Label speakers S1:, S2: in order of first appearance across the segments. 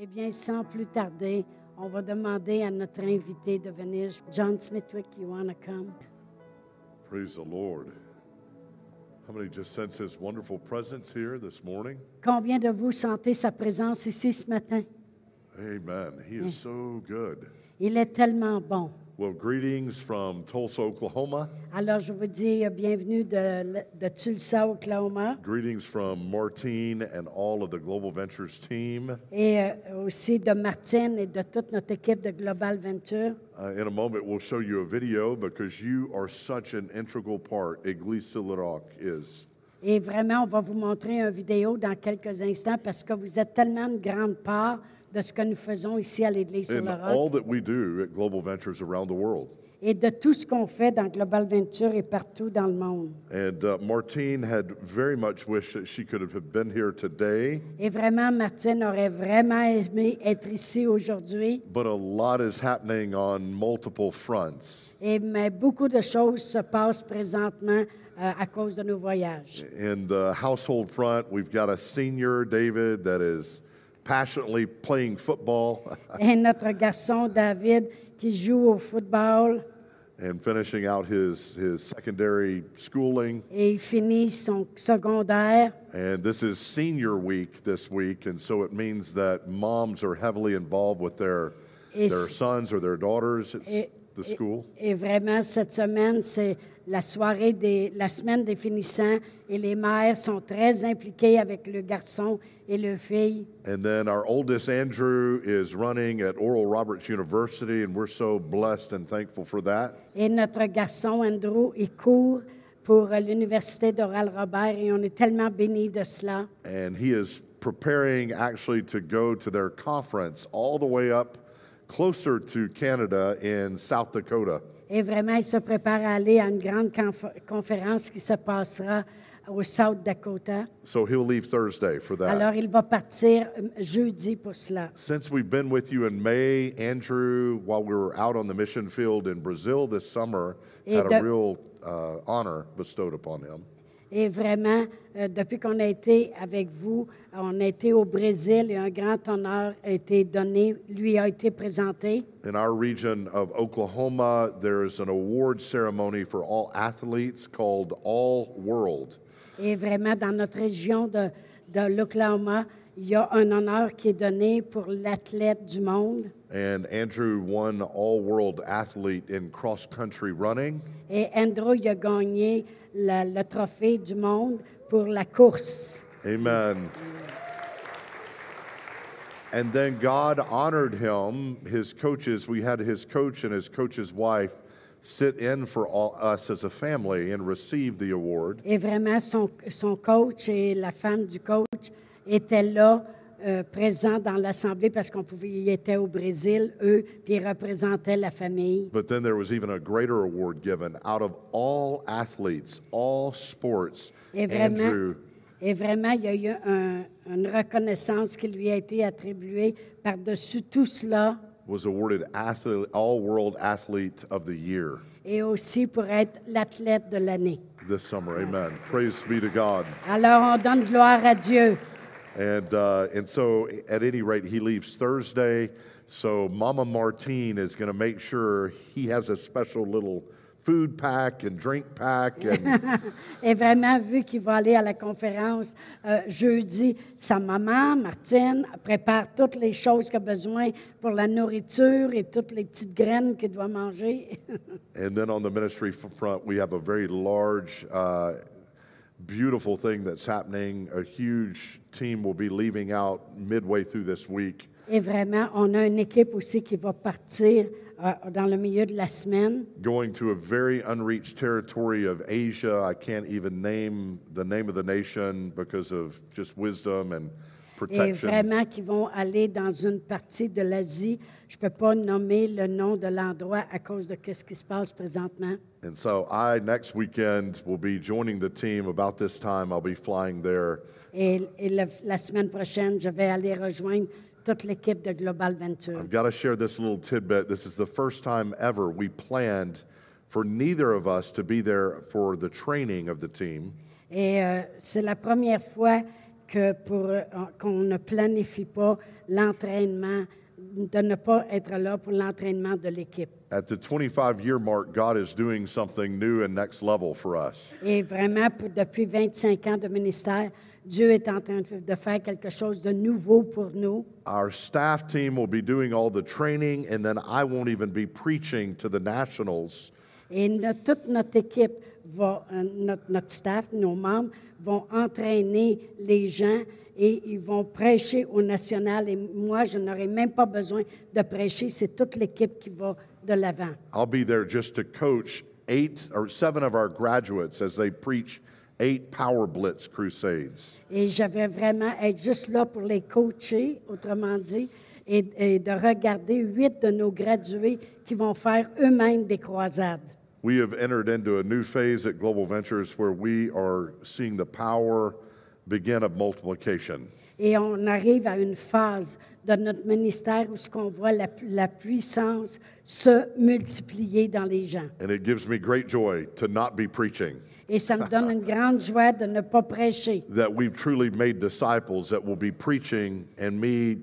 S1: Eh bien, sans plus tarder, on va demander à notre invité de venir. John Smithwick, you want to come?
S2: Praise the Lord. How many just sense His wonderful presence here this morning?
S1: Combien de vous sentez sa présence ici ce matin?
S2: Amen. He is so good.
S1: Il est tellement bon.
S2: Well, greetings from Tulsa, Oklahoma.
S1: Alors, je vous dis euh, bienvenue de, l- de Tulsa, Oklahoma,
S2: Greetings from Martine and all of the Global Ventures team.
S1: et euh, aussi de Martine et de toute notre équipe de Global Venture.
S2: Uh, in a moment, we'll show you a video because you are such an integral part, Iglesia Little Rock is.
S1: Et vraiment, on va vous montrer une vidéo dans quelques instants parce que vous êtes tellement une grande part de ce que nous faisons ici à l'Église sur
S2: In
S1: le
S2: all
S1: Roc
S2: that we do at Global Ventures around the world.
S1: et de tout ce qu'on fait dans Global Venture et partout dans le monde.
S2: And uh, Martine had very much wished that she could have been here today,
S1: Et vraiment, Martine aurait vraiment aimé être ici aujourd'hui.
S2: but a lot is happening on multiple fronts.
S1: Et, mais beaucoup de choses se passent présentement euh, à cause de nos voyages.
S2: In the household front, we've got a senior, David, that is passionately playing football
S1: Et notre garçon David qui joue au football
S2: and finishing out his, his secondary schooling.
S1: et il finit son secondaire.
S2: And this is senior week this week, and so it means that moms are heavily involved with their,
S1: Is-
S2: their sons or their daughters at s-
S1: Et-
S2: the school.
S1: Et vraiment, cette semaine, c'est la soirée des, la semaine des finissants et les mères sont très impliquées avec le garçon et le fille.
S2: And then our oldest Andrew is running at Oral Roberts University, and we're so blessed and thankful for that.
S1: Et notre garçon Andrew, il court pour euh, l'université d'Oral Robert et on est tellement bénis de cela.
S2: And he is preparing actually to go to their conference all the way up closer to Canada in South Dakota.
S1: Et vraiment, il se prépare à aller à une grande conf- conférence qui se passera au South Dakota.
S2: So he'll leave Thursday for that.
S1: Alors, il va partir euh, jeudi pour cela.
S2: Since we've been with you in May, Andrew, while we were out on the mission field in Brazil this summer,
S1: Et
S2: had
S1: de-
S2: a real uh, honor bestowed upon him.
S1: Et vraiment, euh, depuis qu'on a été avec vous, on a été au Brésil et un grand honneur a été donné, lui a été présenté.
S2: In our region of Oklahoma, there is an award ceremony for all athletes called All World.
S1: Et vraiment, dans notre région de, de l'Oklahoma, il y a un honneur qui est donné pour l'athlète du monde.
S2: And Andrew won All World Athlete in cross country running.
S1: Et Andrew, il a gagné la- le trophée du monde pour la course.
S2: Amen. And then God honored him. His coaches, we had his coach and his coach's wife sit in for all, us as a family and receive the award.
S1: Et vraiment, son, son coach et la femme du coach étaient là, euh, présents dans l'Assemblée parce qu'on pouvait, ils étaient au Brésil, eux, puis ils représentaient la famille.
S2: But then there was even a greater award given out of all athletes, all sports.
S1: Et vraiment,
S2: Andrew,
S1: et vraiment il y a eu un- une reconnaissance qui lui a été attribuée par-dessus tout cela
S2: was awarded athlete, All World Athlete of the Year
S1: et aussi pour être l'athlète de l'année.
S2: this summer. Amen. Praise be to God.
S1: Alors, on donne gloire à Dieu.
S2: And, uh, and so, at any rate, he leaves Thursday. So, Mama Martine is going to make sure he has a special little food pack and drink pack. And
S1: Et vraiment, vu qu'il va aller à la conférence euh, jeudi, sa maman, Martine, prépare toutes les choses qu'il a besoin pour la nourriture et toutes les petites graines qu'il doit manger.
S2: and then on the ministry f- front, we have a very large, uh, beautiful thing that's happening. A huge team will be leaving out midway through this week.
S1: et vraiment, on a une équipe aussi qui va partir euh, dans le milieu de la semaine.
S2: Going to a very unreached territory of Asia. I can't even name the name of the nation because of just wisdom and
S1: Et
S2: protection.
S1: vraiment, qui vont aller dans une partie de l'Asie. Je ne peux pas nommer le nom de l'endroit à cause de ce qui se passe présentement.
S2: And so I, next weekend, will be joining the team about this time. I'll be flying there.
S1: Et, et le- la semaine prochaine, je vais aller rejoindre toute l'équipe de Global Venture.
S2: I've got to share this little tidbit. This is the first time ever we planned for neither of us to be there for the training of the team.
S1: Et euh, c'est la première fois que pour euh, qu'on ne planifie pas l'entraînement, de ne pas être là pour l'entraînement de l'équipe.
S2: At the 25 year mark, God is doing something new and next level for us.
S1: Et vraiment, pour, depuis 25 ans de ministère, Dieu est en train de de faire quelque chose de nouveau pour nous.
S2: Our staff team will be doing all the training, and then I won't even be preaching to the nationals
S1: Et no- toute notre équipe, va, euh, notre, notre staff, nos membres, vont entraîner les gens et ils vont prêcher au national. Et moi, je n'aurai même pas besoin de prêcher. C'est toute l'équipe qui va de l'avant.
S2: I'll be there just to coach eight or seven of our graduates as they preach eight Power Blitz crusades.
S1: Et je vais vraiment être juste là pour les coacher, autrement dit, et, et de regarder huit de nos gradués qui vont faire eux-mêmes des croisades.
S2: We have entered into a new phase at Global Ventures where we are seeing the power begin of multiplication.
S1: Et on arrive à une phase de notre ministère où ce qu'on voit la, pu- la puissance se multiplier dans les gens.
S2: And it gives me great joy to not be preaching,
S1: Et ça me donne une grande joie de ne pas prêcher.
S2: that we've truly made disciples that will be preaching and me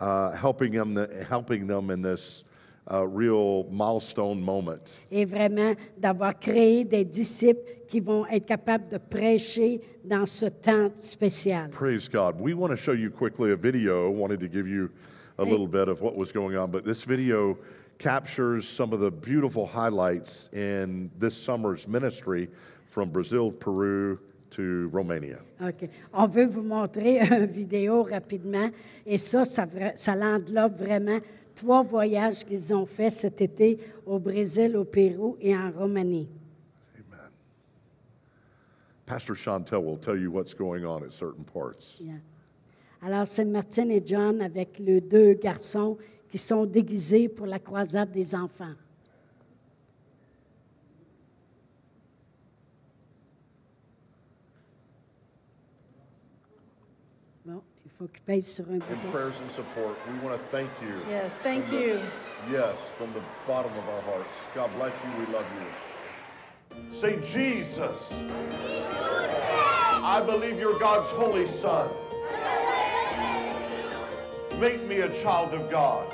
S2: uh, helping, them helping them in this uh, real milestone moment.
S1: Et vraiment d'avoir créé des disciples qui vont être capables de prêcher dans ce temps spécial.
S2: Praise God. We want to show you quickly a video. Wanted to give you a little bit of what was going on, but this video captures some of the beautiful highlights in this summer's ministry from Brazil, Peru to Romania.
S1: OK. On veut vous montrer une vidéo rapidement. Et ça, ça, vra- ça l'enveloppe vraiment trois voyages qu'ils ont faits cet été au Brésil, au Pérou et en Roumanie.
S2: Pastor Chantel will tell you what's going on at certain parts.
S1: Yeah. Alors, c'est Martine et John avec les deux garçons qui sont déguisés pour la croisade des enfants. Bon, il faut qu'ils pèsent sur un bouton.
S2: prayers and support, we want to thank you.
S3: Mm-hmm. Yes, thank you.
S2: Yes, from the bottom of our hearts. God bless you. We love you. Say, Jesus, I believe you're God's holy Son. Make me a child of God.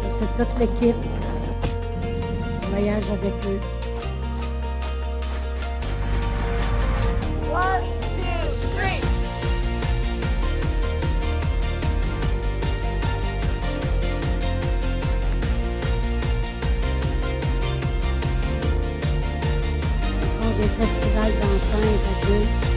S1: Ça, c'est toute l'équipe. Voyage avec eux.
S3: One, two, three.
S1: Ils font des festivals d'enfants et d'adultes.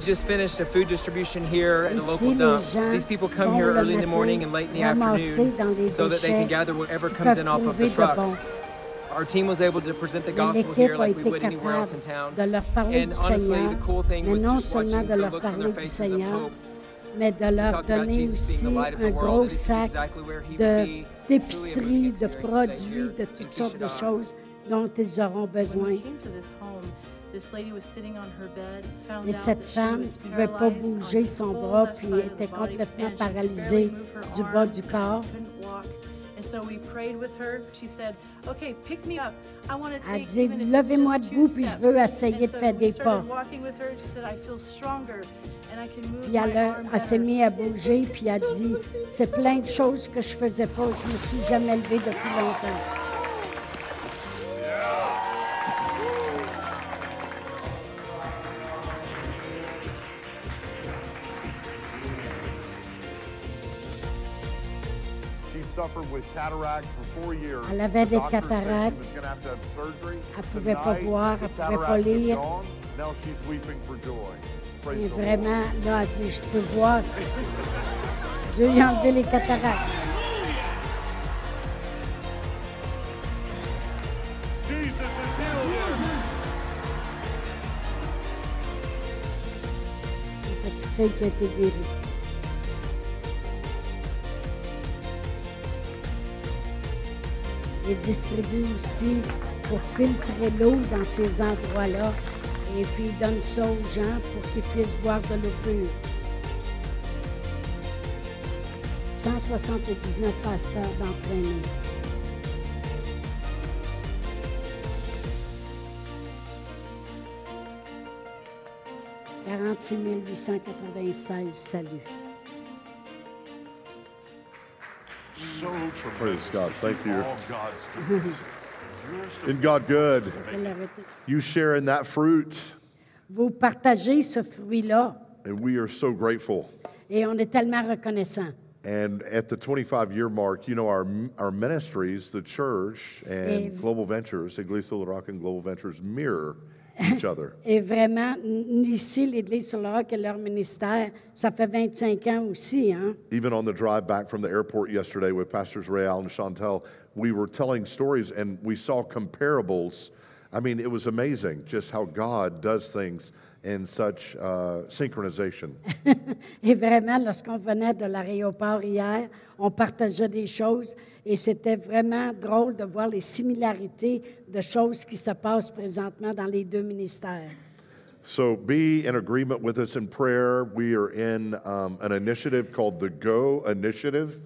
S4: Just finished a food distribution here at the
S1: Ici,
S4: local
S1: les
S4: dump.
S1: gens
S4: These people
S1: vont
S4: come here
S1: le
S4: early in the
S1: matin
S4: morning and late in the
S1: ramasser dans
S4: afternoon
S1: les
S4: so that they
S1: déchets
S4: can gather whatever
S1: ce
S4: comes
S1: qu'ils
S4: in off
S1: peuvent
S4: of the
S1: trouver de
S4: trucks.
S1: bon.
S4: Our team was able to present the
S1: Mais
S4: gospel
S1: L'équipe
S4: here
S1: a
S4: like we
S1: été
S4: would anywhere else in
S1: capable
S4: town.
S1: de leur parler
S4: And
S1: du
S4: honestly,
S1: Seigneur,
S4: the cool thing
S1: mais
S4: was
S1: non
S4: just
S1: seulement
S4: watching
S1: de
S4: the
S1: leur
S4: looks on their
S1: parler du
S4: faces of
S1: Seigneur,
S4: hope.
S1: mais de leur
S4: talked about
S1: donner
S4: Jesus
S1: aussi
S4: being the light of the
S1: un
S4: world,
S1: gros
S4: and this is
S1: sac
S4: exactly where he would
S1: de-
S4: be. Truly
S1: d'épiceries,
S4: a
S1: de
S4: moving experience today
S1: produits, de
S4: here
S1: toutes
S4: in
S1: sortes de
S4: Kishida.
S1: choses dont ils auront
S5: When
S1: besoin.
S5: we came to this home, this lady was sitting on her bed, found
S1: Et
S5: out
S1: cette
S5: that she
S1: femme
S5: was
S1: ne pouvait pas
S5: paralyzed on
S1: bouger
S5: the
S1: son
S5: whole
S1: bras,
S5: left
S1: puis
S5: side of the
S1: était
S5: body,
S1: complètement
S5: and she could barely
S1: paralysée
S5: move her
S1: du bas
S5: arm,
S1: du corps.
S5: couldn't walk. And so we prayed with her. She said, "Okay, pick me up. I want to
S1: Elle
S5: take
S1: dit,
S5: even if it's
S1: levez-moi
S5: just
S1: debout,
S5: two
S1: puis je
S5: steps."
S1: veux essayer
S5: And
S1: de
S5: so
S1: faire
S5: we
S1: des
S5: started
S1: pas.
S5: walking with her. She said, "I feel stronger and I can move
S1: Puis elle,
S5: my
S1: a-
S5: arm
S1: elle s'est
S5: better."
S1: mise à bouger, puis elle dit, c'est plein de choses que je faisais pas, je me suis jamais levée depuis longtemps.
S6: She suffered with cataracts for four years.
S1: Elle avait des
S6: The doctor said she
S1: cataractes.
S6: was gonna have to have surgery.
S1: Elle pouvait pas
S6: Tonight,
S1: voir,
S6: the
S1: elle pouvait pas
S6: cataracts have
S1: lire.
S6: gone. Now she's weeping for joy.
S1: Et
S6: Praise the Lord.
S1: vraiment, là, elle dit, je peux voir. Dieu lui a enlevé les cataractes.
S7: Jesus is healed.
S1: petite fille qui a été guérie. Il distribue aussi pour filtrer l'eau dans ces endroits-là. Et puis il donne ça aux gens pour qu'ils puissent boire de l'eau pure. 179 pasteurs d'entraînés. « 46 896 saluts.
S6: So tremendous.
S2: Praise God.
S6: to see
S2: Thank you.
S6: all God's students. You're so
S2: Isn't God good?
S1: Elle a arrêté.
S2: You sharing that fruit,
S1: Vous partagez ce fruit-là
S2: and we are so grateful.
S1: et on est tellement reconnaissant.
S2: And at the 25 year mark, you know, our, our ministries, the church and
S1: Dave.
S2: Global Ventures, Iglesia La Rock and Global Ventures mirror each other.
S1: Et vraiment, n- ici, l'Église sur le roc et leur ministère, ça fait 25 ans aussi. Hein?
S2: Even on the drive back from the airport yesterday with Pastors Real and Chantel, we were telling stories and we saw comparables. I mean, it was amazing just how God does things in such uh, synchronization.
S1: Et vraiment, lorsqu'on venait de l'aéroport hier, on partageait des choses et c'était vraiment drôle de voir les similarités de choses qui se passent présentement dans les deux ministères.
S2: So be in agreement with us in prayer. We are in um, an initiative called the GO Initiative.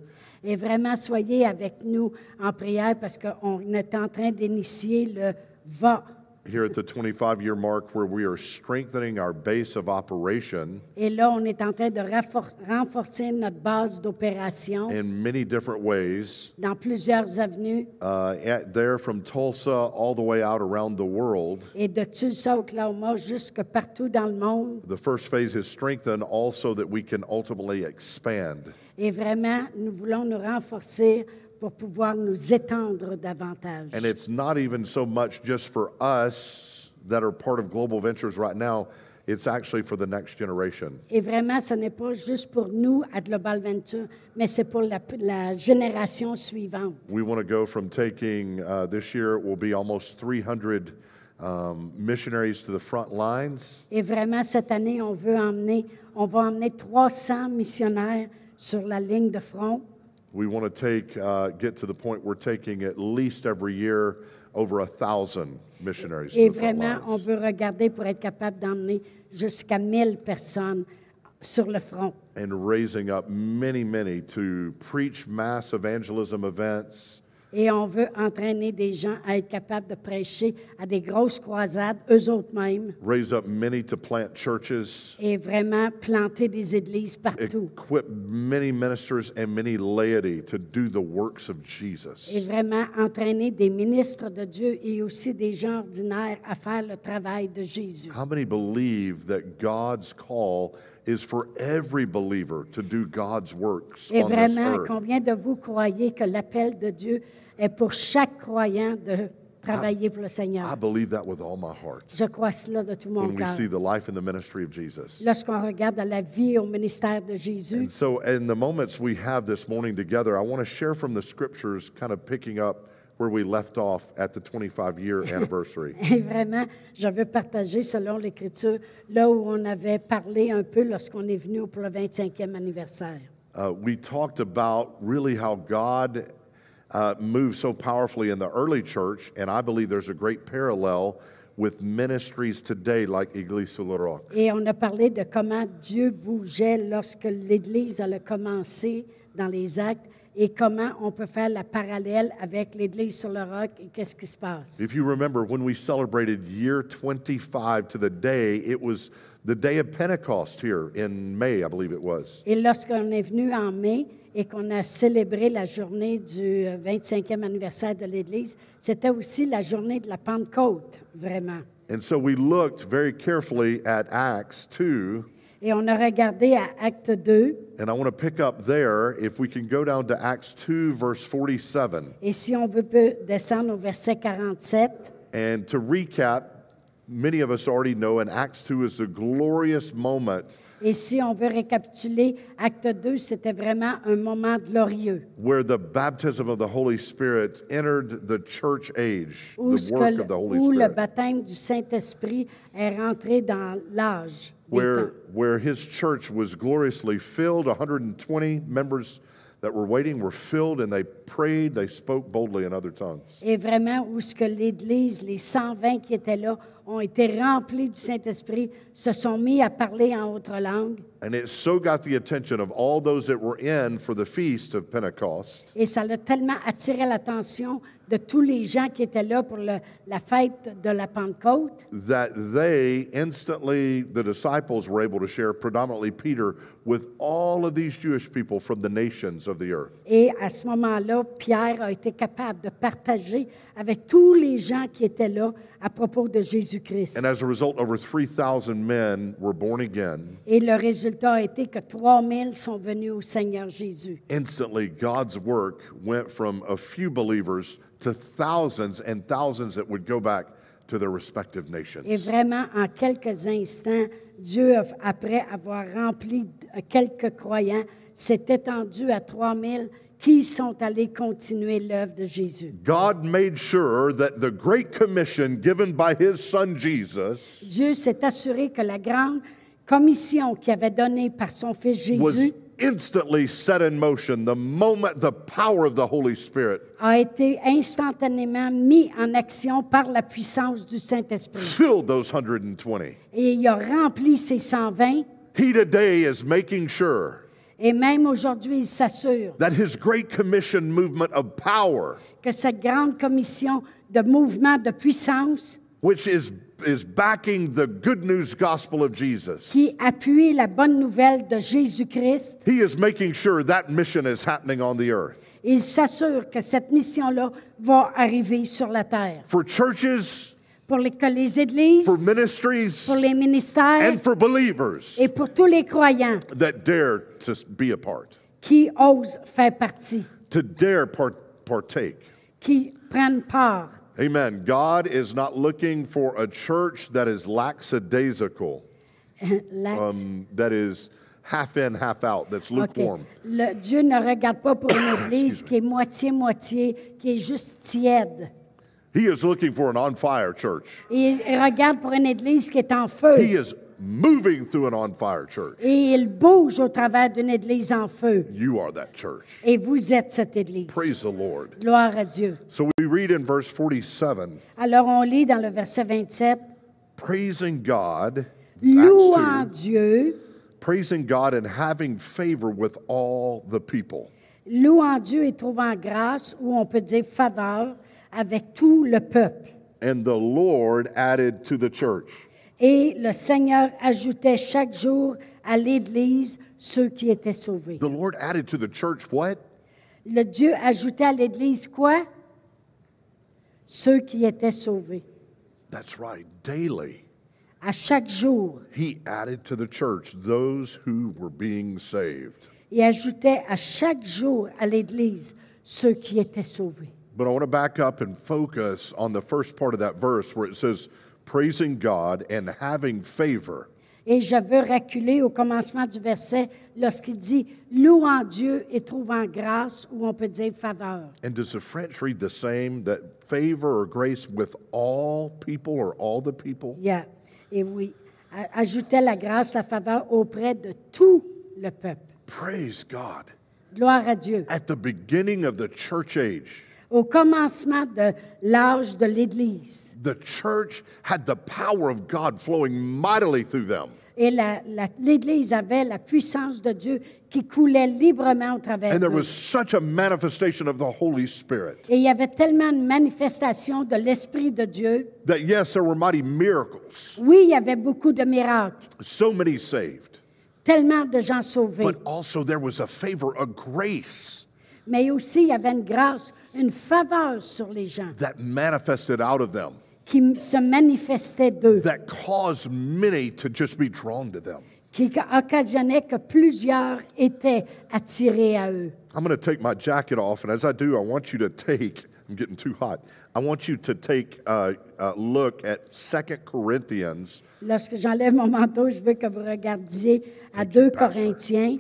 S1: Et vraiment, soyez avec nous en prière parce qu'on est en train d'initier le va.
S2: here at the 25 year mark where we are strengthening our base of operation
S1: Et là, on est en train de raffor- renforcer notre base d'opération
S2: in many different ways.
S1: dans plusieurs avenues
S2: Uh, at, there from Tulsa all the way out around the world.
S1: et de Tulsa, Oklahoma, jusque partout dans le monde.
S2: The first phase is strengthen also that we can ultimately expand.
S1: Et vraiment, nous voulons nous renforcer pour pouvoir nous étendre davantage.
S2: And it's not even so much just for us that are part of Global Ventures right now, it's actually for the next generation.
S1: Et vraiment, ce n'est pas juste pour nous à Global Venture, mais c'est pour la, la génération suivante.
S2: We want to go from taking, uh, this year it will be almost 300 um, missionaries to the front lines.
S1: Et vraiment, cette année, on veut emmener, on va emmener 300 missionnaires sur la ligne de front.
S2: We want to take, uh, get to the point we're taking at least every year over a thousand missionaries
S1: Et
S2: to the front
S1: vraiment, on
S2: lines.
S1: veut regarder pour être capable d'emmener jusqu'à 1000 personnes sur le front.
S2: and raising up many, many to preach mass evangelism events.
S1: Et on veut entraîner des gens à être capables de prêcher à des grosses croisades, eux autres mêmes,
S2: Raise up many to plant churches,
S1: et vraiment planter des églises partout.
S2: equip many ministers and many laity to do the works of Jesus.
S1: Et vraiment entraîner des ministres de Dieu et aussi des gens ordinaires à faire le travail de Jésus.
S2: How many believe that God's call is for every believer to do God's works
S1: Et
S2: on this
S1: vraiment,
S2: earth?
S1: combien de vous croyez que l'appel de Dieu est pour chaque croyant de travailler pour le
S2: I
S1: Seigneur?
S2: believe that with all my heart.
S1: Je crois cela de tout mon
S2: when we
S1: cœur.
S2: see the life and the ministry of Jesus.
S1: Lorsqu'on regarde à la vie au ministère de Jésus,
S2: And so, in the moments we have this morning together, I want to share from the scriptures, kind of picking up where we left off at the 25 year anniversary.
S1: et vraiment, je veux partager selon l'Écriture là où on avait parlé un peu lorsqu'on est venu pour le 25e anniversaire.
S2: Uh, we talked about really how God uh, moved so powerfully in the early church, and I believe there's a great parallel with ministries today like Iglesia La Roque.
S1: Et on a parlé de comment Dieu bougeait lorsque l'Église a le commencé dans les actes et comment on peut faire la parallèle avec l'Église sur le roc et qu'est-ce qui se passe.
S2: If you remember, when we celebrated year 25 to the day, it was the day of Pentecost here in May, I believe it was.
S1: Et lorsqu'on est venu en mai et qu'on a célébré la journée du euh, 25e anniversaire de l'Église, c'était aussi la journée de la Pentecôte, vraiment.
S2: And so we looked very carefully at Acts 2,
S1: Et on a regardé à Acte 2,
S2: and I want to pick up there. If we can go down to Acts 2, verse 47.
S1: et si on veut peut descendre au verset 47,
S2: And to recap, many of us already know, and Acts 2 is the glorious moment
S1: et si on veut récapituler, Acte 2, c'était vraiment un moment glorieux,
S2: where the baptism of the Holy Spirit entered the church age,
S1: où,
S2: the
S1: ce que
S2: work
S1: le-
S2: of the Holy
S1: où le
S2: Spirit.
S1: baptême du Saint-Esprit est rentré dans l'âge.
S2: where, where his church was gloriously filled. 120 members that were waiting were filled, and they prayed, they spoke boldly in other tongues.
S1: Et vraiment, où ce que l'Église, les 120 qui étaient là, ont été remplis du Saint-Esprit, se sont mis à parler en autre langue.
S2: And it so got the attention of all those that were in for the feast of Pentecost
S1: Et ça l'a tellement attiré l'attention de tous les gens qui étaient là pour le- la fête de la Pentecôte
S2: that they instantly, the disciples were able to share, predominantly Peter, with all of these Jewish people from the nations of the earth.
S1: Et à ce moment-là, Pierre a été capable de partager avec tous les gens qui étaient là à propos de Jésus-Christ.
S2: And as a result, over 3,000 men were born again.
S1: Et le résultat a été que 3000 sont venus au Seigneur Jésus.
S2: Instantly, God's work went from a few believers to thousands and thousands that would go back to their respective
S1: Et
S2: nations.
S1: vraiment, en quelques instants, Dieu, a- après avoir rempli euh, quelques croyants, s'est étendu à 3000 qui sont allés continuer l'œuvre de Jésus.
S2: God made sure that the great commission given by his son Jesus
S1: Dieu s'est assuré que la grande commission qu'il avait donnée par son Fils
S2: was
S1: Jésus
S2: instantly set in motion the moment the power of the Holy Spirit
S1: a été instantanément mise en action par la puissance du Saint-Esprit.
S2: filled those 120.
S1: Et il a rempli ses 120,
S2: He today is making sure
S1: et même aujourd'hui, il s'assure
S2: that his great commission movement of power
S1: que cette grande commission de mouvement de puissance
S2: which is, is backing the good news gospel of Jesus.
S1: qui appuie la bonne nouvelle de Jésus-Christ.
S2: He is making sure that mission is happening on the earth.
S1: Il s'assure que cette mission-là va arriver sur la terre.
S2: For churches,
S1: Pour les, que les églises,
S2: for ministries,
S1: pour les ministères
S2: and for believers
S1: et pour tous les croyants
S2: that dare to be a part,
S1: qui osent faire partie,
S2: to dare part, partake.
S1: qui prennent part.
S2: Amen. God is not looking for a church that is lackadaisical,
S1: La-
S2: um, that is half in, half out, that's
S1: OK.
S2: lukewarm.
S1: Le- Dieu ne regarde pas pour une église qui est moitié-moitié, qui est juste tiède.
S2: He is looking for an on fire church.
S1: Il regarde pour une église qui est en feu.
S2: He is moving through an on fire church.
S1: Et il bouge au travers d'une église en feu.
S2: You are that church.
S1: Et vous êtes cette église.
S2: Praise the Lord.
S1: Gloire à Dieu.
S2: So we read in verse 47
S1: Alors on lit dans le verset 27,
S2: praising God,
S1: louant
S2: Acts
S1: Dieu,
S2: 2, praising God and having favor with all the people.
S1: louant Dieu et trouvant grâce, ou on peut dire faveur, avec tout le peuple.
S2: And the Lord added to the church
S1: Et le Seigneur ajoutait chaque jour à l'église ceux qui étaient sauvés.
S2: The Lord added to the church what?
S1: Le Dieu ajoutait à l'église quoi? Ceux qui étaient sauvés.
S2: That's right, daily.
S1: À chaque jour,
S2: He added to the church those who were being saved.
S1: il ajoutait à chaque jour à l'église ceux qui étaient sauvés.
S2: But I want to back up and focus on the first part of that verse where it says, praising God and having favor.
S1: Et je veux reculer au commencement du verset lorsqu'il dit louant Dieu et trouvant grâce, ou on peut dire faveur.
S2: And does the French read the same that favor or grace with all people or all the people?
S1: Yeah. Et oui, a- ajoutait la grâce, la faveur auprès de tout le peuple.
S2: Praise God.
S1: Gloire à Dieu.
S2: At the beginning of the church age,
S1: Au commencement de l'âge de l'Église,
S2: the church had the power of God flowing mightily through them.
S1: et la- la- l'Église avait la puissance de Dieu qui coulait librement au travers
S2: And there
S1: d'eux.
S2: was such a manifestation of the Holy Spirit
S1: Et il y avait tellement de manifestations de l'Esprit de Dieu.
S2: that, yes, there were mighty miracles,
S1: Oui, il y avait beaucoup de miracles,
S2: so many saved,
S1: tellement de gens sauvés.
S2: but also there was a favor, a grace
S1: mais aussi il y avait une grâce, une faveur sur les gens
S2: that manifested out of them
S1: qui m- se manifestait d'eux,
S2: that caused many to just be drawn to them.
S1: qui ca- occasionnait que plusieurs étaient attirés à eux.
S2: I'm going to take my jacket off, and as I do, I want you to take. I'm getting too hot. I want you to take a, a look at Second Corinthians
S1: Lorsque j'enlève mon manteau, je veux que vous regardiez à 2
S2: Pastor.
S1: Corinthiens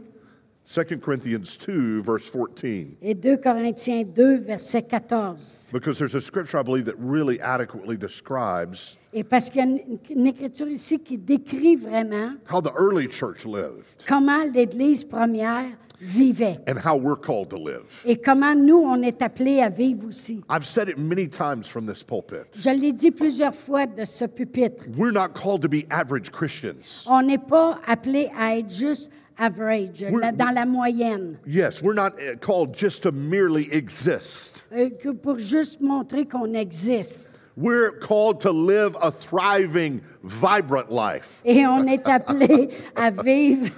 S2: 2 Corinthians 2, verse 14,
S1: Et 2 Corinthiens 2, verset 14.
S2: because there's a scripture I believe that really adequately describes
S1: Et parce qu'il y a une, une écriture ici qui décrit vraiment
S2: how the early church lived
S1: comment l'Église première vivait
S2: and how we're called to live.
S1: et comment nous, on est appelés à vivre aussi.
S2: I've said it many times from this pulpit.
S1: Je l'ai dit plusieurs fois de ce pupitre.
S2: We're not called to be average Christians.
S1: On n'est pas appelé à être juste average, la- dans la moyenne,
S2: Yes, we're not uh, called just to merely exist.
S1: euh, que pour juste montrer qu'on existe.
S2: We're called to live a thriving, vibrant life.
S1: Et on est appelé à vivre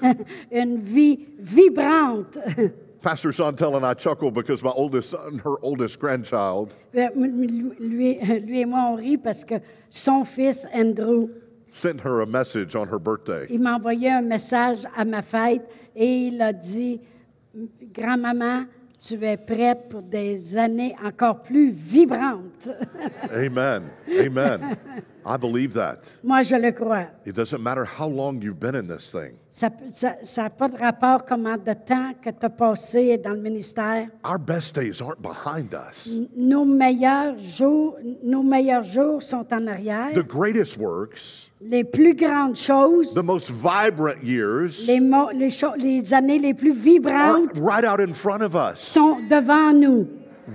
S1: une vie vibrante. Euh,
S2: Pastor Chantel and I chuckle because my oldest son, her oldest grandchild,
S1: Euh, lui, lui et moi, on rit parce que son fils, Andrew,
S2: sent her a message on her birthday.
S1: il m'a envoyé un message à ma fête et il a dit, Grand-maman, tu es prête pour des années encore plus vibrantes.
S2: Amen. Amen. I believe that.
S1: Moi, je le crois.
S2: It doesn't matter how long you've been in this thing.
S1: Ça n'a ça, ça a pas de rapport comment de temps que tu as passé dans le ministère.
S2: Our best days aren't behind us.
S1: Nos meilleurs jours, nos meilleurs jours sont en arrière.
S2: The greatest works,
S1: Les plus grandes choses,
S2: the most vibrant years
S1: les, mo- les, cho- les années les plus
S2: are
S1: vibrantes
S2: right out in front of us.
S1: sont devant nous.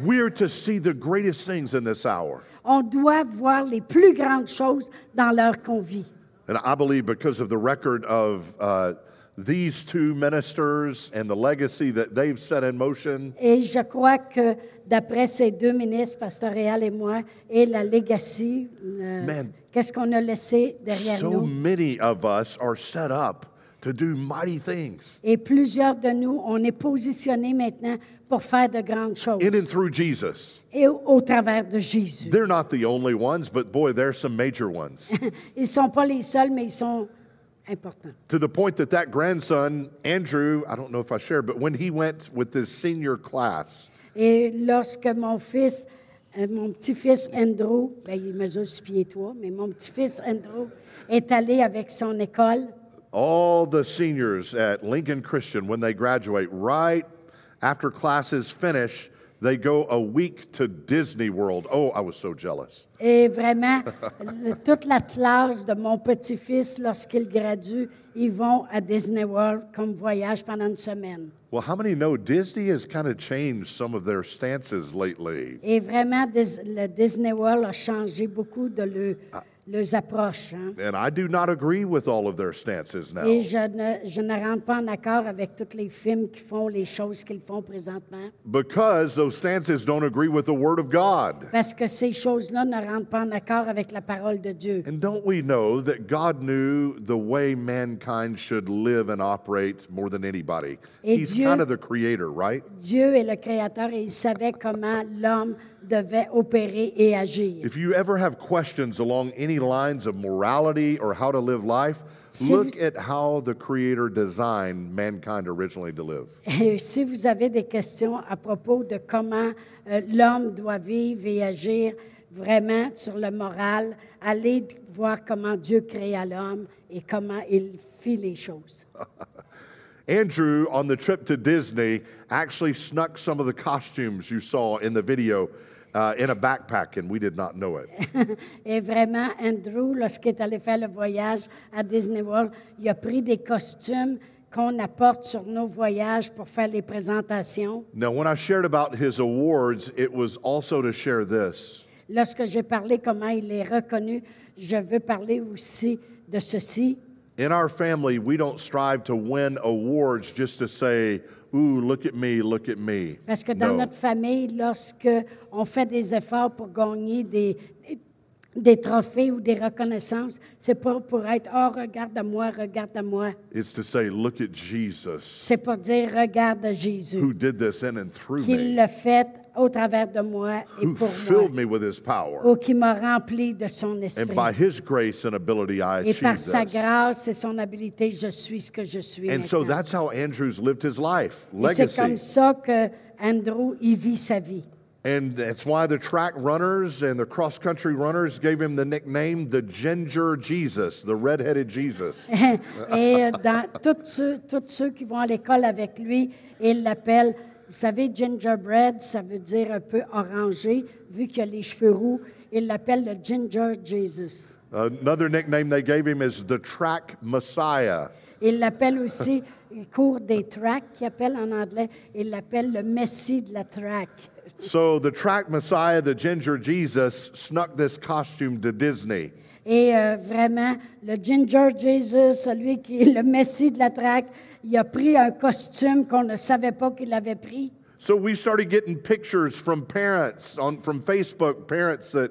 S2: We're to see the greatest things in this hour.
S1: On doit voir les plus grandes choses dans leur qu'on vit.
S2: And I believe because of the record of uh, these two ministers and the legacy that they've set in motion,
S1: Et je crois que d'après ces deux ministres, Pasteur Réal et moi, et la legacy, euh,
S2: Man.
S1: qu'est-ce qu'on a laissé derrière
S2: so
S1: nous?
S2: many of us are set up to do mighty things
S1: Et plusieurs de nous, on est positionnés maintenant pour faire de grandes choses.
S2: in and through Jesus.
S1: Et au, au travers de Jésus.
S2: They're not the only ones, but boy, there's some major ones.
S1: Ils ne sont pas les seuls, mais ils sont importants.
S2: to the point that that grandson, Andrew, I don't know if I shared, but when he went with this senior class,
S1: Et lorsque mon fils, euh, mon petit-fils Andrew, ben, il mesure 6 pieds et 3, mais mon petit-fils Andrew est allé avec son école.
S2: all the seniors at Lincoln Christian, when they graduate, right after classes finish, they go a week to Disney World. Oh, I was so jealous.
S1: Et vraiment, le- toute la classe de mon petit-fils, lorsqu'il gradue, ils vont à Disney World comme voyage pendant une semaine.
S2: Well, how many know Disney has kind of changed some of their stances lately?
S1: Et vraiment, Dis- le Disney World a changé beaucoup de le- leurs approches. hein.
S2: And I do not agree with all of their stances now.
S1: Et je ne, je ne rentre pas en accord avec tous les films qui font les choses qu'ils font présentement,
S2: Because those stances don't agree with the Word of God.
S1: parce que ces choses-là ne rentrent pas en accord avec la parole de Dieu.
S2: And don't we know that God knew the way mankind should live and operate more than anybody?
S1: Et
S2: He's
S1: Dieu-
S2: kind of the creator, right?
S1: Dieu est le Créateur et il savait comment l'homme devait opérer et agir.
S2: If you ever have questions along any lines of morality or how to live life,
S1: Si-
S2: look at how the creator designed mankind originally to live.
S1: Et si vous avez des questions à propos de comment euh, l'homme doit vivre et agir vraiment sur le moral, allez d- voir comment Dieu créa l'homme et comment il fit les choses.
S2: Andrew, on the trip to Disney, actually snuck some of the costumes you saw in the video uh, in a backpack, and we did not know it.
S1: Et vraiment, Andrew, lorsqu'il est allé faire le voyage à Disney World, il a pris des costumes qu'on apporte sur nos voyages pour faire les présentations.
S2: Now, when I shared about his awards, it was also to share this.
S1: Lorsque j'ai parlé comment il est reconnu, je veux parler aussi de ceci.
S2: In our family, we don't strive to win awards just to say, ooh, look at me, look at me.
S1: Parce que dans
S2: no.
S1: notre famille, lorsque on fait des efforts pour gagner des, des trophées ou des reconnaissances, c'est pas pour être oh regarde à moi, regarde à moi.
S2: It's to say, look at Jesus
S1: C'est pour dire regarde à Jésus
S2: who did this in and through
S1: qui
S2: me,
S1: le fait au travers de moi et
S2: who
S1: pour
S2: filled
S1: moi,
S2: me with his power.
S1: ou qui m'a rempli de son
S2: And
S1: esprit.
S2: by his grace and ability, I
S1: Et par
S2: achieved
S1: sa
S2: this.
S1: grâce et son habilité, je suis ce que je suis.
S2: And so
S1: maintenant.
S2: that's how Andrews lived his life,
S1: Et c'est comme
S2: legacy.
S1: ça que Andrew y vit sa vie.
S2: And that's why the track runners and the cross country runners gave him the nickname the Ginger Jesus, the redheaded Jesus.
S1: Et euh, dans tous ceux, tous ceux qui vont à l'école avec lui, il l'appelle, vous savez, gingerbread, ça veut dire un peu orangé, vu qu'il a les cheveux roux. Il l'appelle le Ginger Jesus.
S2: Another nickname they gave him is the track Messiah.
S1: Il l'appelle aussi, il court des tracks, qu'il appelle en anglais, il l'appelle le Messie de la track.
S2: So the track Messiah, the Ginger Jesus, snuck this costume to Disney.
S1: Et euh, vraiment, le Ginger Jesus, celui qui est le Messie de la track, il a pris un costume qu'on ne savait pas qu'il avait pris.
S2: So we started getting pictures from parents on from Facebook, parents that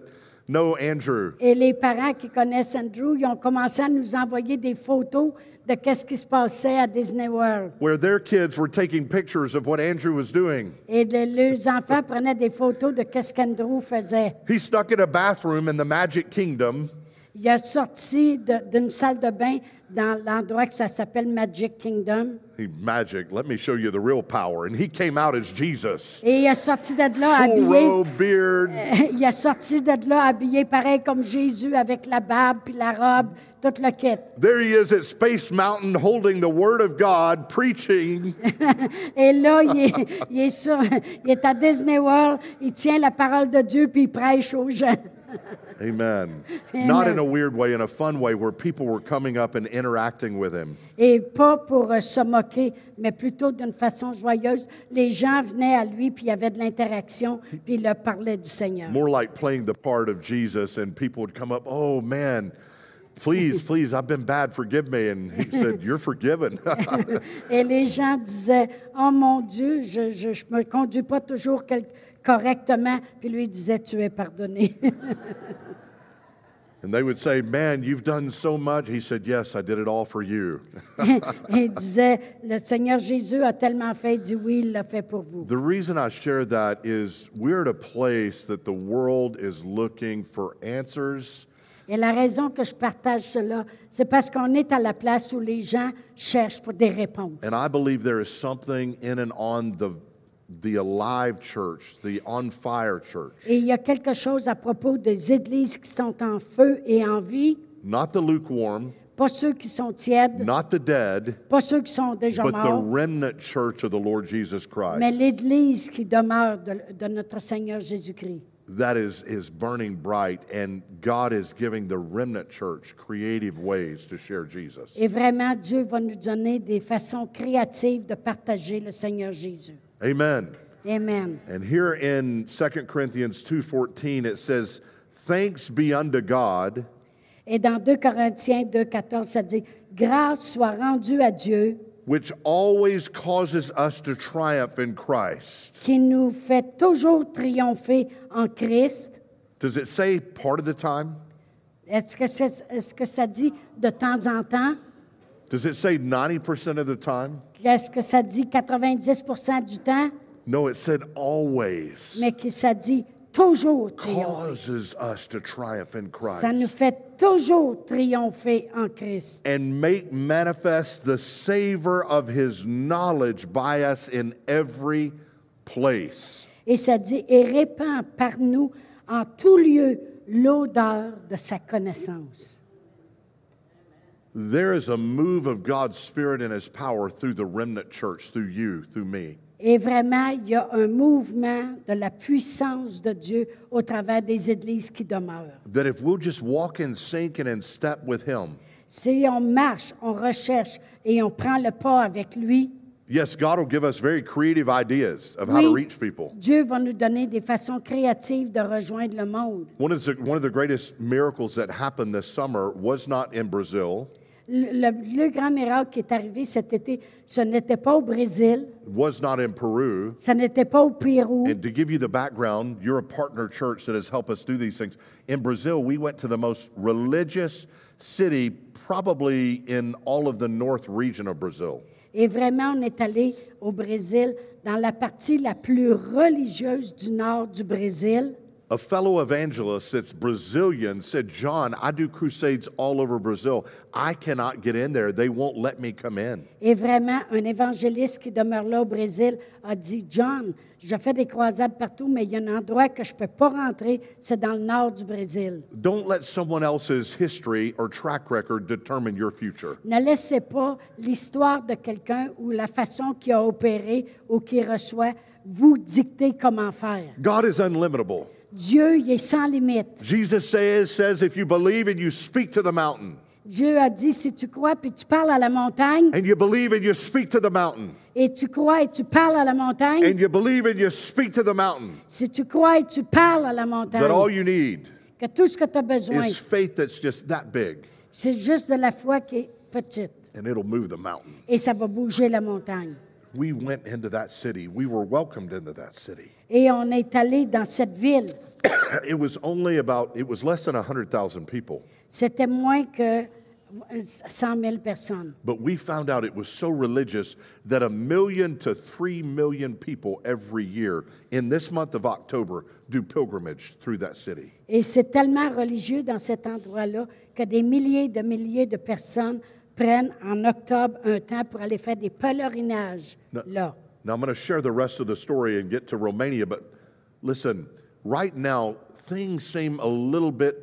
S2: know Andrew.
S1: Et les parents qui connaissent Andrew, ils ont commencé à nous envoyer des photos de qu'est-ce qui se passait à Disney World.
S2: Where their kids were taking pictures of what Andrew was doing.
S1: Et les leurs enfants prenaient des photos de qu'est-ce qu'Andrew faisait.
S2: He stuck in a bathroom in the Magic Kingdom
S1: Il est sorti de- d'une salle de bain dans l'endroit que ça s'appelle Magic Kingdom.
S2: He magic. Let me show you the real power. And he came out as Jesus.
S1: Et il est sorti de là
S2: Full
S1: habillé.
S2: robe, beard.
S1: Il est sorti de là habillé pareil comme Jésus avec la barbe puis la robe, tout le kit.
S2: There he is at Space Mountain holding the Word of God, preaching.
S1: Et là, il est, il est sur- il est à Disney World, il tient la parole de Dieu puis il prêche aux gens.
S2: Amen. Not in
S1: Amen.
S2: a weird way, in a fun way where people were coming up and interacting with him.
S1: Et pas pour euh, se moquer, mais plutôt d'une façon joyeuse. Les gens venaient à lui, puis il y avait de l'interaction, puis il leur parlait du Seigneur.
S2: More like playing the part of Jesus, and people would come up, oh man. Please, please, I've been bad. Forgive me. And he said, You're forgiven.
S1: Et les gens disaient, oh mon Dieu, je ne je, je me conduis pas toujours quel- correctement. Puis lui il disait, tu es pardonné.
S2: and they would say, Man, you've done so much. He said, Yes, I did it all for you.
S1: Et il disait, le Seigneur Jésus a tellement fait, il dit, oui, il l'a fait pour vous.
S2: The reason I share that is we're at a place that the world is looking for answers,
S1: Et la raison que je partage cela, c'est parce qu'on est à la place où les gens cherchent pour des réponses.
S2: and I believe there is something in and on the the alive church, the on fire church,
S1: Et il y a quelque chose à propos des églises qui sont en feu et en vie,
S2: not the lukewarm,
S1: pas ceux qui sont tièdes,
S2: not the dead,
S1: pas ceux qui sont déjà
S2: but the
S1: morts,
S2: remnant church of the Lord Jesus
S1: mais
S2: Christ
S1: l'église qui demeure de, de notre Seigneur Jésus-Christ.
S2: that is is burning bright, and God is giving the remnant church creative ways to share Jesus.
S1: Et vraiment, Dieu va nous donner des façons créatives de partager le Seigneur Jésus.
S2: Amen.
S1: Amen.
S2: And here in 2 Corinthians 2:14 it says, "Thanks be unto God
S1: Et dans 2 Corinthiens 2, 14, ça dit, Grâce soit rendue à Dieu
S2: which always causes us to triumph in Christ."
S1: qui nous fait toujours triompher en Christ.
S2: Does it say part of the time?
S1: Est-ce que, c'est- est-ce que ça dit de temps en temps?
S2: Does it say 90% of the time?
S1: Est-ce que ça dit 90 du temps?
S2: No, it said always
S1: Mais que ça dit toujours triompher.
S2: causes us to triumph in
S1: Ça nous
S2: Christ
S1: fait toujours triompher en Christ.
S2: and make manifest the savor of his knowledge by us in every place.
S1: Et ça dit, et répand par nous en tout lieu l'odeur de sa connaissance.
S2: There is a move of God's Spirit and His power through the remnant church, through you, through me.
S1: Et vraiment, il y a un mouvement de la puissance de Dieu au travers des églises qui demeurent.
S2: That if we'll just walk in sync and in step with Him,
S1: Si on marche, on recherche et on prend le pas avec lui,
S2: yes, God will give us very creative ideas of how to
S1: Oui.
S2: reach people.
S1: Dieu va nous donner des façons créatives de rejoindre le monde.
S2: One of, the, one of the greatest miracles that happened this summer was not in Brazil,
S1: Le, le- le grand miracle qui est arrivé cet été, ce n'était pas au Brésil,
S2: was not in Peru.
S1: ce n'était pas au Pérou.
S2: And to give you the background, you're a partner church that has helped us do these things. In Brazil, we went to the most religious city probably in all of the north region of Brazil.
S1: Et vraiment, on est allé au Brésil, dans la partie la plus religieuse du nord du Brésil.
S2: a fellow evangelist that's Brazilian said, John, I do crusades all over Brazil. I cannot get in there. They won't let me come in.
S1: Et vraiment, un évangéliste qui demeure là au Brésil a dit, John, je fais des croisades partout, mais il y a un endroit que je ne peux pas rentrer, c'est dans le nord du Brésil.
S2: Don't let someone else's history or track record determine your future.
S1: Ne laissez pas l'histoire de quelqu'un ou la façon qu'il a opéré ou qu'il reçoit vous dicter comment faire.
S2: God is unlimitable.
S1: Dieu, il est sans limite.
S2: Jesus says, says, if you believe and you speak to the mountain,
S1: Dieu a dit, si tu crois puis tu parles à la montagne,
S2: and you believe and you speak to the mountain,
S1: et tu crois et tu parles à la montagne,
S2: and you believe and you speak to the mountain,
S1: si tu crois et tu parles à la
S2: that all
S1: montagne,
S2: you need
S1: que tout ce que tu as besoin,
S2: is faith that's just that big,
S1: c'est juste de la foi qui est petite.
S2: and it'll move the mountain.
S1: Et ça va bouger la montagne.
S2: We went into that city. We were welcomed into that city.
S1: Et on est allé dans cette ville.
S2: It was only about, it was less than 100,000 people,
S1: C'était moins que 100 000 personnes.
S2: but we found out it was so religious that a million to three million people every year in this month of October do pilgrimage through that city.
S1: Et c'est tellement religieux dans cet endroit-là que des milliers de milliers de personnes prennent en octobre un temps pour aller faire des pèlerinages
S2: No-
S1: là.
S2: Now, I'm going to share the rest of the story and get to Romania, but listen, right now, things seem a little bit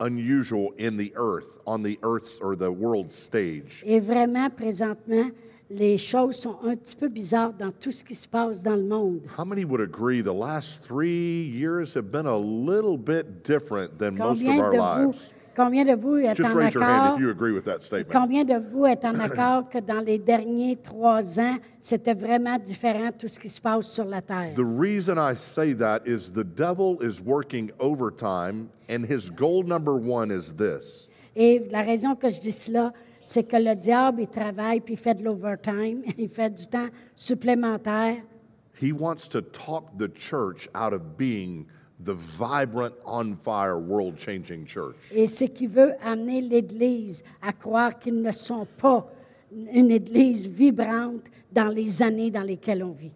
S2: unusual in the earth, on the earth's or the world's stage.
S1: Et vraiment, présentement, les choses sont un petit peu bizarres dans tout ce qui se passe dans le monde.
S2: How many would agree the last three years have been a little bit different than most of
S1: Combien
S2: our
S1: de vous,
S2: lives?
S1: combien de vous êtes
S2: Just
S1: en
S2: raise your hand
S1: accord?
S2: if you agree with that statement.
S1: Combien de vous êtes en accord que dans les derniers trois ans, c'était vraiment différent tout ce qui se passe sur la Terre?
S2: The reason I say that is the devil is working overtime, and his goal number one is this.
S1: Et la raison que je dis cela, c'est que le diable, il travaille, puis il fait de l'overtime, il fait du temps supplémentaire.
S2: He wants to talk the church out of being the vibrant, on fire, world changing church.
S1: Et c'est qu'il veut amener l'Église à croire qu'ils ne sont pas une Église vibrante dans les années dans lesquelles on vit.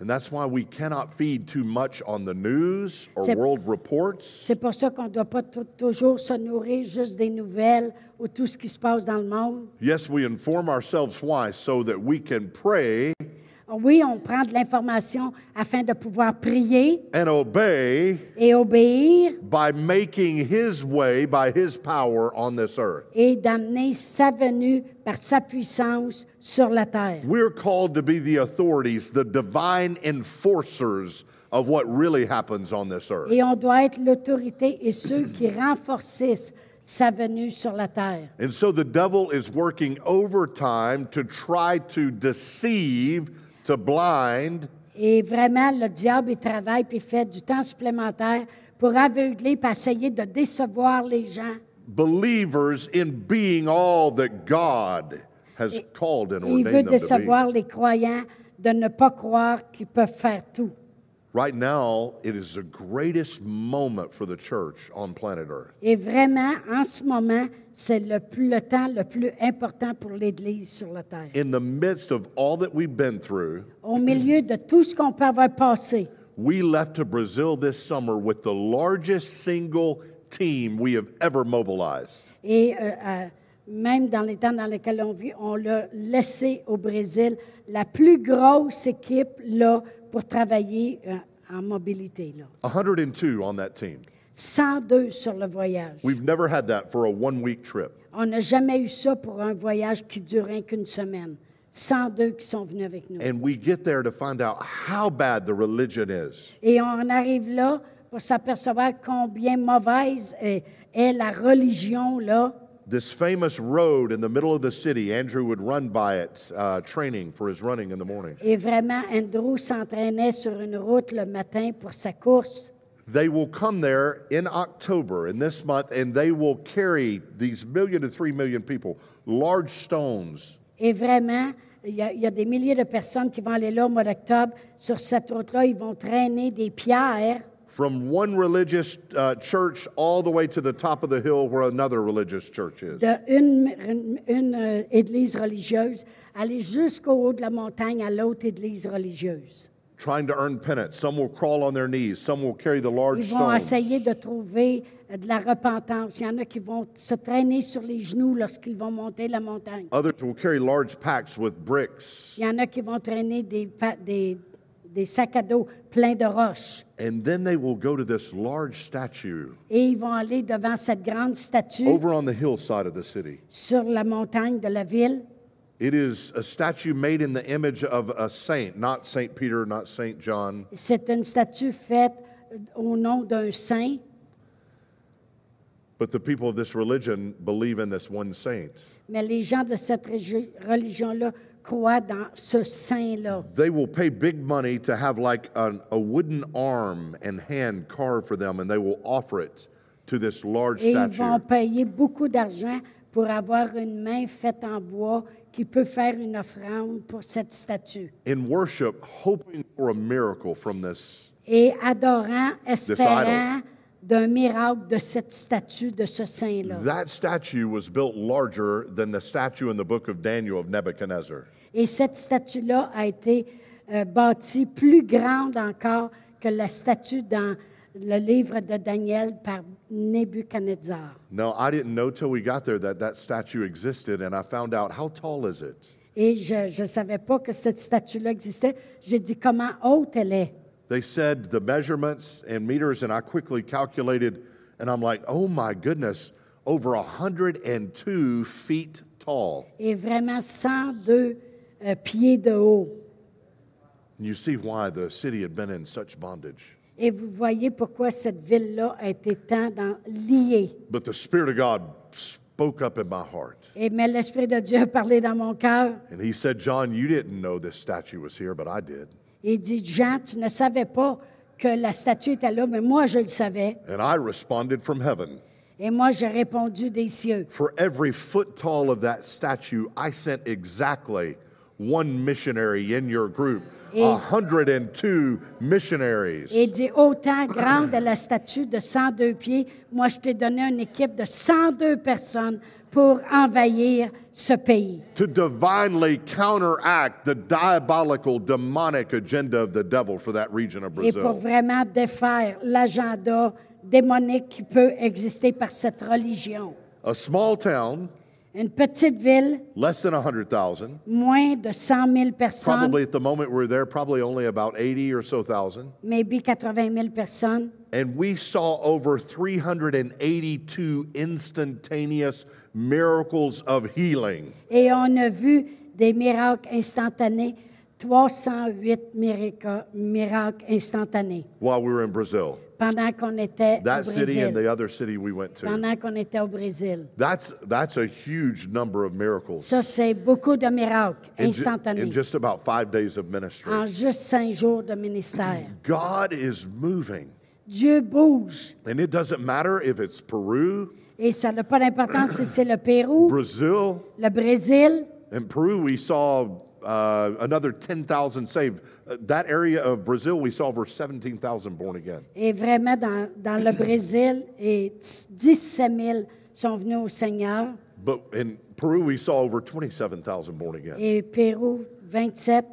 S2: And that's why we cannot feed too much on the news or
S1: C'est-
S2: world reports.
S1: C'est pour ça qu'on ne doit pas tou- toujours se nourrir juste des nouvelles ou tout ce qui se passe dans le monde.
S2: Yes, we inform ourselves why, so that we can pray
S1: Oui, on prend de l'information afin de pouvoir prier
S2: and obey
S1: et obéir
S2: by making His way by His power on this earth.
S1: et d'amener sa venue par sa puissance sur la terre.
S2: We're called to be the authorities, the divine enforcers of what really happens on this earth.
S1: Et on doit être l'autorité et ceux qui renforcissent sa venue sur la terre.
S2: And so the devil is working overtime to try to deceive, to blind,
S1: Et vraiment, le diable, il travaille puis il fait du temps supplémentaire pour aveugler puis essayer de décevoir les gens.
S2: believers in being all that God has called and
S1: Et il veut
S2: ordained them to be.
S1: décevoir les croyants de ne pas croire qu'ils peuvent faire tout.
S2: Right now, it is the greatest moment for the church on planet Earth.
S1: Et vraiment, en ce moment, c'est le, plus- le temps le plus important pour l'Église sur la terre.
S2: In the midst of all that we've been through,
S1: Au milieu de tout ce qu'on peut avoir passé,
S2: we left to Brazil this summer with the largest single team we have ever mobilized.
S1: et euh, euh, même dans les temps dans lesquels on vit, on l'a laissé au Brésil, la plus grosse équipe là pour travailler euh, en mobilité. Là.
S2: 102 on that team.
S1: 102 sur le voyage.
S2: We've never had that for a one week trip.
S1: On n'a jamais eu ça pour un voyage qui dure rien qu'une semaine. 102 qui sont venus avec nous.
S2: And we get there to find out how bad the religion is.
S1: Et on arrive là pour s'apercevoir combien mauvaise est, est la religion, là.
S2: This famous road in the middle of the city, Andrew would run by it, uh, training for his running in the morning.
S1: Et vraiment, Andrew s'entraînait sur une route le matin pour sa course.
S2: They will come there in October, in this month, and they will carry these million to three million people, large stones.
S1: Et vraiment, il y, a, il y a des milliers de personnes qui vont aller là au mois d'octobre. Sur cette route-là, ils vont traîner des pierres
S2: From one religious uh, church all the way to the top of the hill where another religious church is.
S1: d'une une, une, euh, église religieuse, aller jusqu'au haut de la montagne à l'autre église religieuse.
S2: trying to earn penance. Some will crawl on their knees. Some will carry the large
S1: Ils vont
S2: stone.
S1: essayer de trouver euh, de la repentance. Il y en a qui vont se traîner sur les genoux lorsqu'ils vont monter la montagne.
S2: Others will carry large packs with bricks.
S1: Il y en a qui vont traîner des, pa- des, des sacs à dos pleins de roches.
S2: And then they will go to this large statue
S1: Et ils vont aller devant cette grande statue
S2: over on the hillside of the city.
S1: sur la montagne de la ville.
S2: It is a statue made in the image of a saint, not Saint Peter, not Saint John.
S1: C'est une statue faite euh, au nom d'un saint,
S2: But the people of this religion believe in this one saint.
S1: mais les gens de cette régi- religion-là croient dans ce saint-là.
S2: They will pay big money to have like an, a wooden arm and hand carved for them, and they will offer it to this large
S1: Et ils
S2: statue.
S1: vont payer beaucoup d'argent pour avoir une main faite en bois qui peut faire une offrande pour cette statue.
S2: In worship, hoping for a miracle from this.
S1: Et adorant, espérant
S2: idol.
S1: d'un miracle de cette statue, de ce saint-là.
S2: That statue was built larger than the statue in the book of Daniel of Nebuchadnezzar.
S1: Et cette statue-là a été euh, bâtie plus grande encore que la statue dans le livre de Daniel par Nebuchadnezzar.
S2: No, I didn't know till we got there that that statue existed, and I found out how tall is it?
S1: Et je ne savais pas que cette statue-là existait. J'ai dit comment haute elle est.
S2: They said the measurements and meters, and I quickly calculated, and I'm like, oh my goodness, over 102 feet tall.
S1: Et vraiment 102 euh, pieds de haut.
S2: And you see why the city had been in such bondage.
S1: Et vous voyez pourquoi cette ville-là a été tant dans- liée.
S2: But the Spirit of God spoke up in my heart.
S1: Et, mais l'Esprit de Dieu a parlé dans mon cœur.
S2: And he said, John, you didn't know this statue was here, but I did.
S1: Il dit, Jean, tu ne savais pas que la statue était là, mais moi, je le savais.
S2: And I responded from heaven.
S1: Et moi, j'ai répondu des cieux.
S2: For every foot tall of that statue, I sent exactly one missionary in your group,
S1: Et-
S2: 102 missionaries.
S1: Et dit, autant grande est la statue de 102 pieds, moi, je t'ai donné une équipe de 102 personnes pour envahir ce pays.
S2: to divinely counteract the diabolical, demonic agenda of the devil for that region of
S1: Et pour
S2: Brazil.
S1: vraiment défaire l'agenda démonique qui peut exister par cette religion.
S2: A small town,
S1: Une petite ville,
S2: less than 100,000,
S1: moins de 100 000 personnes,
S2: probably at the moment we're there, probably only about 80 or so thousand.
S1: maybe 80 000 personnes.
S2: And we saw over 382 instantaneous miracles of healing.
S1: Et on a vu des miracles instantanés, 308 miraca- miracles instantanés
S2: while we were in Brazil.
S1: pendant qu'on était au
S2: That city
S1: Brésil.
S2: and the other city we went to.
S1: Pendant qu'on était au Brésil.
S2: That's, that's a huge number of miracles
S1: Ça, c'est beaucoup de miracles
S2: in, ju- in
S1: instantanés
S2: just about five days of ministry.
S1: en juste cinq jours de ministère.
S2: God is moving.
S1: Dieu bouge.
S2: And it doesn't matter if it's Peru,
S1: Et ça n'a pas d'importance si c'est le Pérou,
S2: Brazil.
S1: le Brésil.
S2: In Peru, we saw uh, another 10,000 saved. Uh, that area of Brazil, we saw over 17,000 born again.
S1: Et vraiment, dans, dans le Brésil, et 17 000 sont venus au Seigneur.
S2: But in Peru, we saw over 27,000 born again.
S1: Et Pérou, 27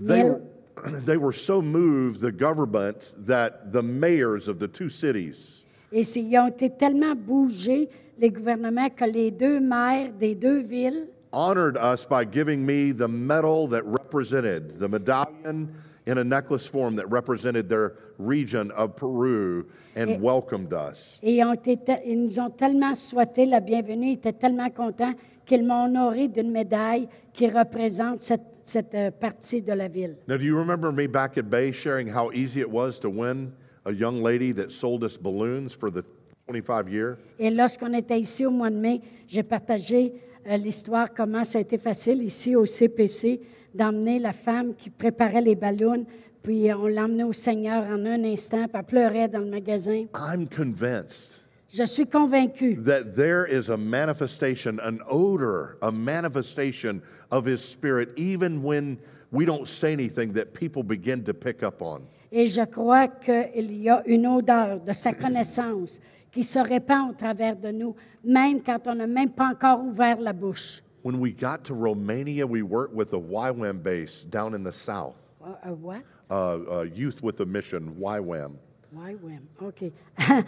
S2: They
S1: 000.
S2: were, they were so moved, the government, that the mayors of the two cities
S1: Et c'est- ils ont été tellement bougés, les gouvernements, que les deux maires des deux villes
S2: honored us by giving me the medal that represented the medallion in a necklace form that represented their region of Peru and welcomed us.
S1: et ils ont été te- ils nous ont tellement souhaité la bienvenue, ils étaient tellement contents qu'ils m'ont honoré d'une médaille qui représente cette, cette, euh, partie de la ville.
S2: Now, do you remember me back at Bay sharing how easy it was to win a young lady that sold us balloons for the 25 year?
S1: Et lorsqu'on était ici au mois de mai, j'ai partagé euh, l'histoire, comment ça a été facile ici au CPC d'emmener la femme qui préparait les ballons, puis euh, on l'emmenait au Seigneur en un instant, puis elle pleurait dans le magasin.
S2: I'm convinced
S1: Je suis convaincue
S2: that there is a manifestation, an odor, a manifestation of His Spirit, even when we don't say anything, that people begin to pick up on.
S1: Et je crois qu'il y a une odeur de sa connaissance qui se répand au travers de nous, même quand on n'a même pas encore ouvert la bouche.
S2: When we got to Romania, we worked with a YWAM base down in the south,
S1: Uh, uh, what?
S2: a uh, uh, Youth with a Mission, YWAM.
S1: Oui, oui, OK.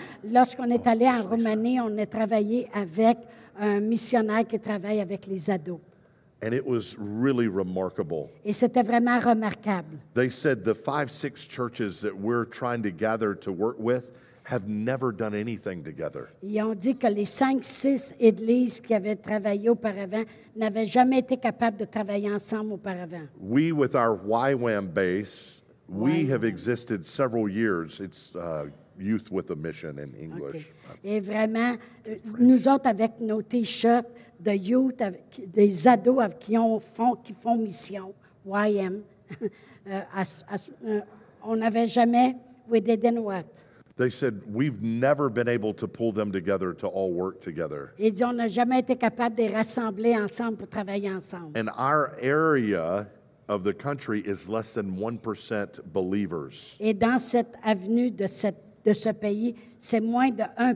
S1: Lorsqu'on est allé en Roumanie, on a travaillé avec un missionnaire qui travaille avec les ados.
S2: And it was really remarkable.
S1: Et c'était vraiment remarquable.
S2: They said the five, six churches that we're trying to gather to work with have never done anything together.
S1: Ils ont dit que les cinq, six églises qui avaient travaillé auparavant n'avaient jamais été capables de travailler ensemble auparavant.
S2: We, with our YWAM base, we have existed several years. It's uh, Youth with a Mission in English.
S1: Et vraiment, euh, nous autres, avec nos T-shirts de youth, avec- des ados avec- qui, ont, font, qui font mission, YM, euh, à ce- à ce- euh, on n'avait jamais We Didn't What.
S2: They said we've never been able to pull them together to all work together.
S1: Ils disent, on n'a jamais été capable de les rassembler ensemble pour travailler ensemble.
S2: And our area of the country is less than 1% believers.
S1: Et dans cette avenue de, cette- de ce pays, c'est moins de 1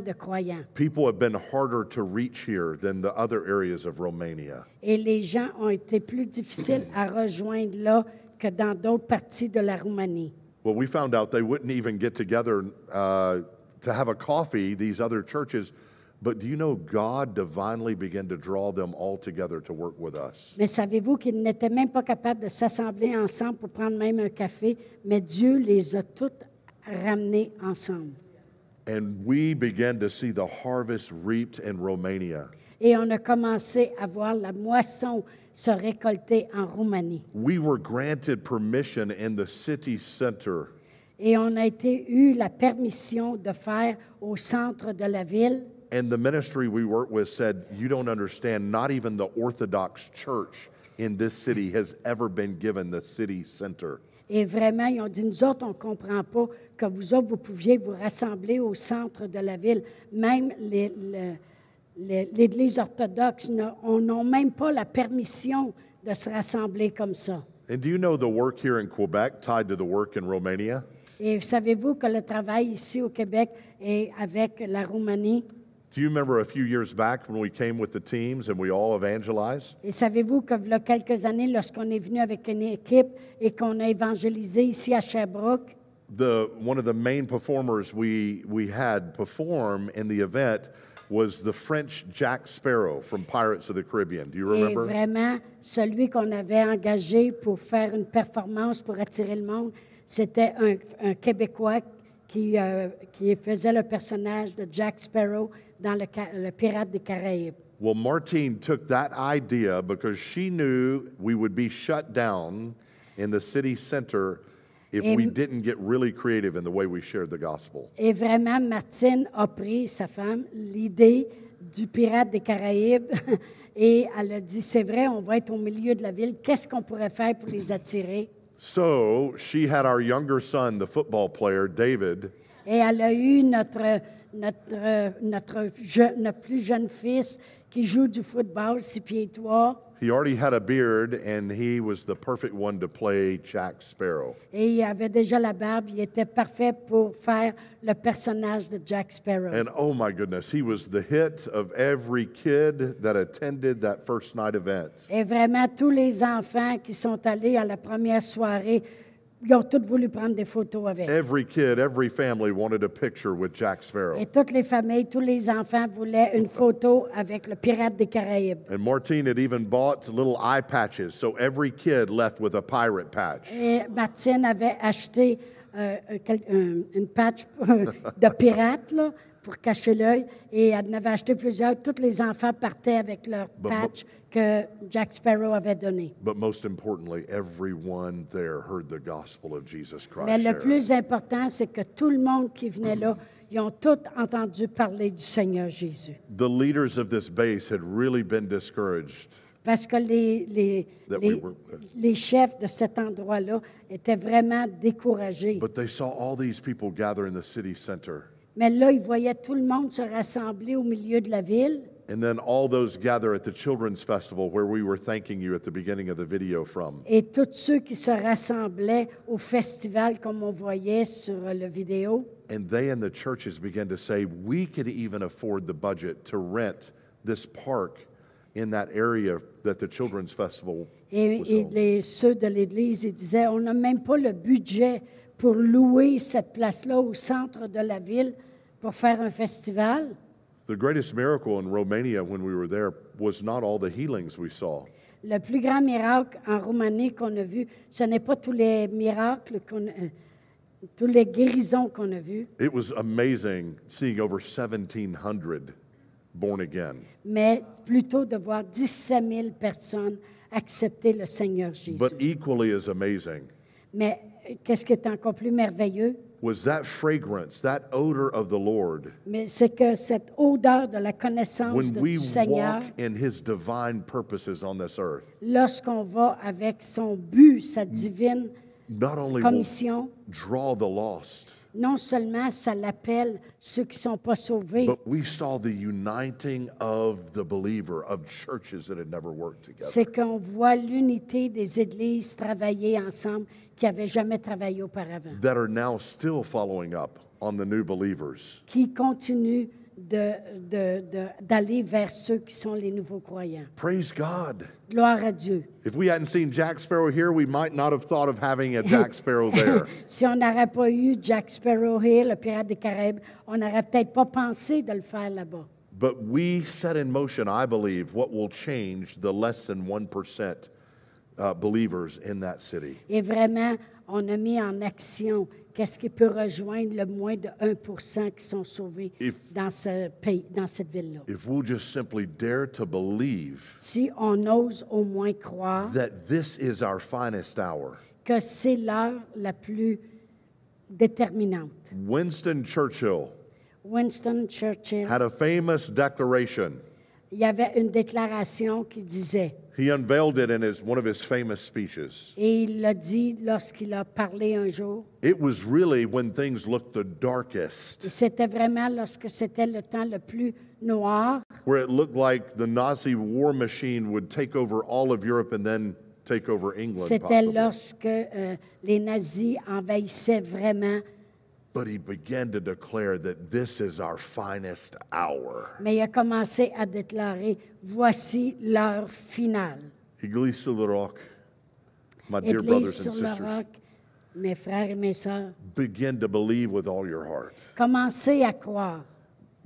S1: de croyants.
S2: People have been harder to reach here than the other areas of Romania.
S1: Et les gens ont été plus difficiles à rejoindre là que dans d'autres parties de la Roumanie.
S2: Well, we found out they wouldn't even get together uh, to have a coffee, these other churches. But do you know God divinely began to draw them all together to work with us?
S1: Mais savez-vous qu'ils n'étaient même pas capables de s'assembler ensemble pour prendre même un café, mais Dieu les a toutes ramenés ensemble.
S2: And we began to see the harvest reaped in Romania.
S1: Et on a commencé à voir la moisson se récolter en Roumanie.
S2: We were granted permission in the city center
S1: Et on a été eu la permission de faire au centre de la ville.
S2: And the ministry we work with said, You don't understand, not even the Orthodox church in this city has ever been given the city center.
S1: Et vraiment, ils ont dit, nous autres, on ne comprend pas que vous autres, vous pouviez vous rassembler au centre de la ville. Même les- le- le- l'Église orthodoxe, n'a- on n'a même pas la permission de se rassembler comme ça.
S2: And do you know the work here in Quebec tied to the work in Romania?
S1: Et savez-vous que le travail ici au Québec et avec la Roumanie,
S2: Do you remember a few years back when we came with the teams and we all evangelized?
S1: et savez-vous que il y a quelques années, lorsqu'on est venu avec une équipe et qu'on a évangélisé ici à Sherbrooke,
S2: The, one of the main performers we, we had perform in the event was the French Jack Sparrow from Pirates of the Caribbean. Do you
S1: et
S2: remember?
S1: vraiment, celui qu'on avait engagé pour faire une performance, pour attirer le monde, c'était un, un Québécois qui, euh, qui faisait le personnage de Jack Sparrow dans le, Ca- le Pirate des Caraïbes.
S2: Well, Martine took that idea because she knew we would be shut down in the city center if we
S1: Em-
S2: didn't get really creative in the way we shared the gospel.
S1: Et vraiment, Martine a pris, sa femme, l'idée du pirate des Caraïbes et elle a dit, c'est vrai, on va être au milieu de la ville, qu'est-ce qu'on pourrait faire pour les attirer?
S2: So she had our younger son, the football player, David,
S1: Et elle a eu notre, notre, notre, je- notre plus jeune fils qui joue du football, six pieds et trois,
S2: he already had a beard and he was the perfect one to play Jack Sparrow.
S1: et il avait déjà la barbe, il était parfait pour faire le personnage de Jack Sparrow.
S2: And oh my goodness, he was the hit of every kid that attended that first night event.
S1: Et vraiment, tous les enfants qui sont allés à la première soirée, ils ont tous voulu prendre des photos avec.
S2: Every kid, every family wanted a picture with Jack Sparrow.
S1: Et toutes les familles, tous les enfants voulaient une photo avec le pirate des Caraïbes.
S2: And Martine had even bought little eye patches, so every kid left with a pirate patch.
S1: Et Martine avait acheté euh, un quel- un- une patch de pirate là, pour cacher l'œil et elle en avait acheté plusieurs. Tous les enfants partaient avec leur
S2: Bon,
S1: patch que Jack Sparrow avait donné.
S2: But most importantly, everyone there heard the gospel of Jesus
S1: Mais
S2: Christ.
S1: le
S2: Sharon.
S1: plus important, c'est que tout le monde qui venait là, ils ont tous entendu parler du Seigneur Jésus.
S2: The leaders of this base had really been discouraged.
S1: Parce que les, les,
S2: That
S1: les,
S2: we were with.
S1: les chefs de cet endroit-là étaient vraiment découragés.
S2: But they saw all these people gather in the city center.
S1: Mais là, ils voyaient tout le monde se rassembler au milieu de la ville.
S2: And then all those gather at the Children's Festival where we were thanking you at the beginning of the video from.
S1: Et tous ceux qui se rassemblaient au festival, comme on voyait sur euh, le vidéo,
S2: And they and the churches began to say, we could even afford the budget to rent this park in that area that the Children's Festival
S1: Et, et les, ceux de l'Église, ils disaient, on n'a même pas le budget pour louer cette place-là au centre de la ville pour faire un festival.
S2: The greatest miracle in Romania when we were there was not all the healings we saw.
S1: Le plus grand miracle en Roumanie qu'on a vu, ce n'est pas tous les miracles, qu'on, euh, tous les guérisons qu'on a vues,
S2: It was amazing seeing over 1,700 born again.
S1: mais plutôt de voir 17 000 personnes accepter le Seigneur Jésus.
S2: But equally as amazing
S1: mais euh, qu'est-ce qui est encore plus merveilleux?
S2: was that fragrance, that odor of the Lord.
S1: Mais c'est que cette odeur de la connaissance
S2: When
S1: de-
S2: we
S1: du Seigneur,
S2: walk in His divine purposes on this earth,
S1: lorsqu'on va avec son but,
S2: Mm.
S1: sa divine
S2: not only will
S1: commission,
S2: draw the lost,
S1: non seulement ça l'appelle ceux qui ne sont pas sauvés,
S2: but we saw the uniting of the believer, of churches that had never worked together.
S1: c'est qu'on voit l'unité des églises travailler ensemble qui n'avaient jamais travaillé auparavant,
S2: that are now still following up on the new believers.
S1: qui continuent de- de- de- d'aller vers ceux qui sont les nouveaux croyants.
S2: Praise God.
S1: Gloire à Dieu.
S2: If we hadn't seen Jack Sparrow here, we might not have thought of having a Jack Sparrow there.
S1: Si on n'aurait pas eu Jack Sparrow Hill, le pirate des Caraïbes, on n'aurait peut-être pas pensé de le faire là-bas.
S2: but we set in motion, I believe, what will change the less than 1% uh, believers in that city.
S1: Et vraiment, on a mis en action qu'est-ce qui peut rejoindre le moins de 1 qui sont sauvés
S2: If-
S1: dans ce pays, dans cette ville-là.
S2: If we'll just simply dare to believe
S1: Si on ose au moins croire
S2: that this is our finest hour,
S1: que c'est l'heure la plus déterminante.
S2: Winston Churchill
S1: Winston Churchill,
S2: had a famous declaration.
S1: il y avait une déclaration qui disait,
S2: He unveiled it in his, one of his famous speeches.
S1: et il l'a dit lorsqu'il a parlé un jour,
S2: It was really when things looked the
S1: et
S2: darkest,
S1: c'était vraiment lorsque c'était le temps le plus noir,
S2: where it looked like the Nazi war machine would take over all of Europe and then take over England.
S1: c'était
S2: Possibly.
S1: lorsque euh, les nazis envahissaient vraiment
S2: But he began to declare that this is our finest hour.
S1: Mais il a commencé à déclarer Voici l'heure finale.
S2: Iglesia del Rock, my dear
S1: Église
S2: brothers
S1: sur
S2: and
S1: le
S2: sisters,
S1: roc, mes frères et mes sœurs,
S2: begin to believe with all your heart.
S1: commencez à croire.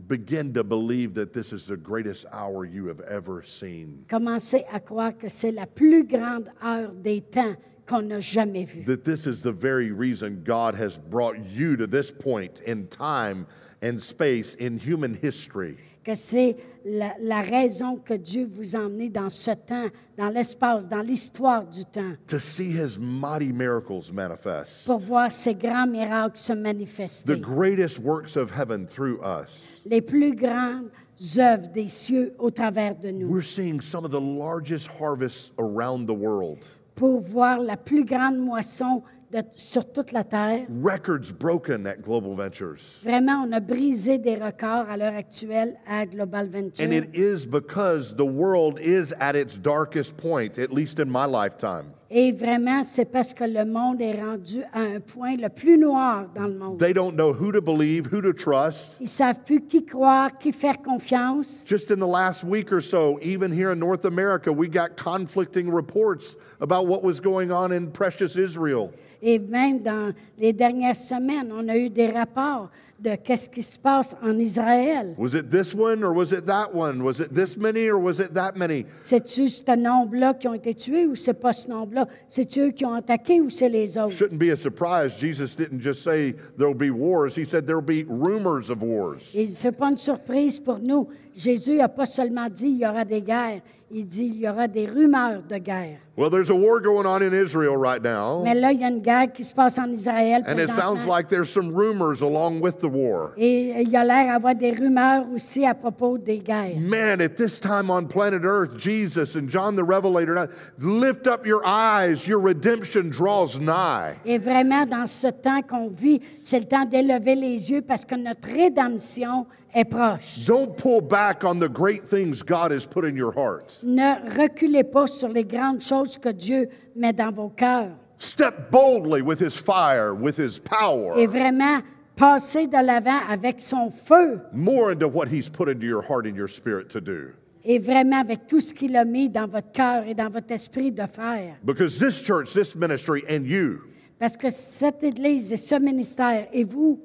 S2: Begin to believe that this is the greatest hour you have ever seen.
S1: Commencez à croire que c'est la plus grande heure des temps qu'on n'a jamais vue.
S2: that this is the very reason God has brought you to this point in time and space in human history.
S1: Que c'est la, la raison que Dieu vous a emmené dans ce temps, dans l'espace, dans l'histoire du temps,
S2: To see his mighty miracles manifest,
S1: pour voir ces grands miracles se
S2: the
S1: manifester.
S2: greatest works of heaven through us.
S1: Les plus grandes œuvres des cieux au travers de nous.
S2: We're seeing some of the largest harvests around the world,
S1: pour voir la plus grande moisson de- sur toute la terre.
S2: records broken at Global Ventures.
S1: Vraiment, on a brisé des records à l'heure actuelle à Global Venture.
S2: And it is because the world is at its darkest point, at least in my lifetime.
S1: Et vraiment, c'est parce que le monde est rendu à un point le plus noir dans le monde.
S2: They don't know who to believe, who to trust.
S1: Ils savent plus qui croire, qui faire confiance.
S2: Just in the last week or so, even here in North America, we got conflicting reports about what was going on in precious Israel.
S1: Et même dans les dernières semaines, on a eu des rapports de qu'est-ce qui se passe en Israël.
S2: Was it this one or was it that one? Was it this many or was it that many?
S1: C'est-tu ce nombre-là qui ont été tués ou c'est pas ce nombre-là? C'est-tu eux qui ont attaqué ou c'est les autres?
S2: Shouldn't be a surprise. Jesus didn't just say there'll be wars, he said there'll be rumors of wars.
S1: Et ce n'est pas une surprise pour nous. Jésus n'a pas seulement dit il y aura des guerres, il dit il y aura des rumeurs de guerre.
S2: Well, there's a war going on in Israel right
S1: Mais
S2: now,
S1: là, il y a une guerre qui se passe en Israël.
S2: and it
S1: présentement.
S2: sounds like there's some rumors along with the war.
S1: Et il y a l'air d'avoir des rumeurs aussi à propos des guerres.
S2: Man, at this time on planet Earth, Jesus and John the Revelator, lift up your eyes, your redemption draws nigh.
S1: Et vraiment, dans ce temps qu'on vit, c'est le temps d'élever les yeux parce que notre rédemption est proche.
S2: Don't pull back on the great things God has put in your heart.
S1: Ne reculez pas sur les grandes choses que Dieu met dans vos cœurs.
S2: Step boldly with His fire, with His
S1: Et
S2: power,
S1: vraiment, passez de l'avant avec son feu.
S2: more into what He's put into your heart and your spirit to do.
S1: et vraiment avec tout ce qu'il a mis dans votre cœur et dans votre esprit de faire.
S2: Because this church, this ministry, and you,
S1: Parce que cette Église et ce ministère et vous,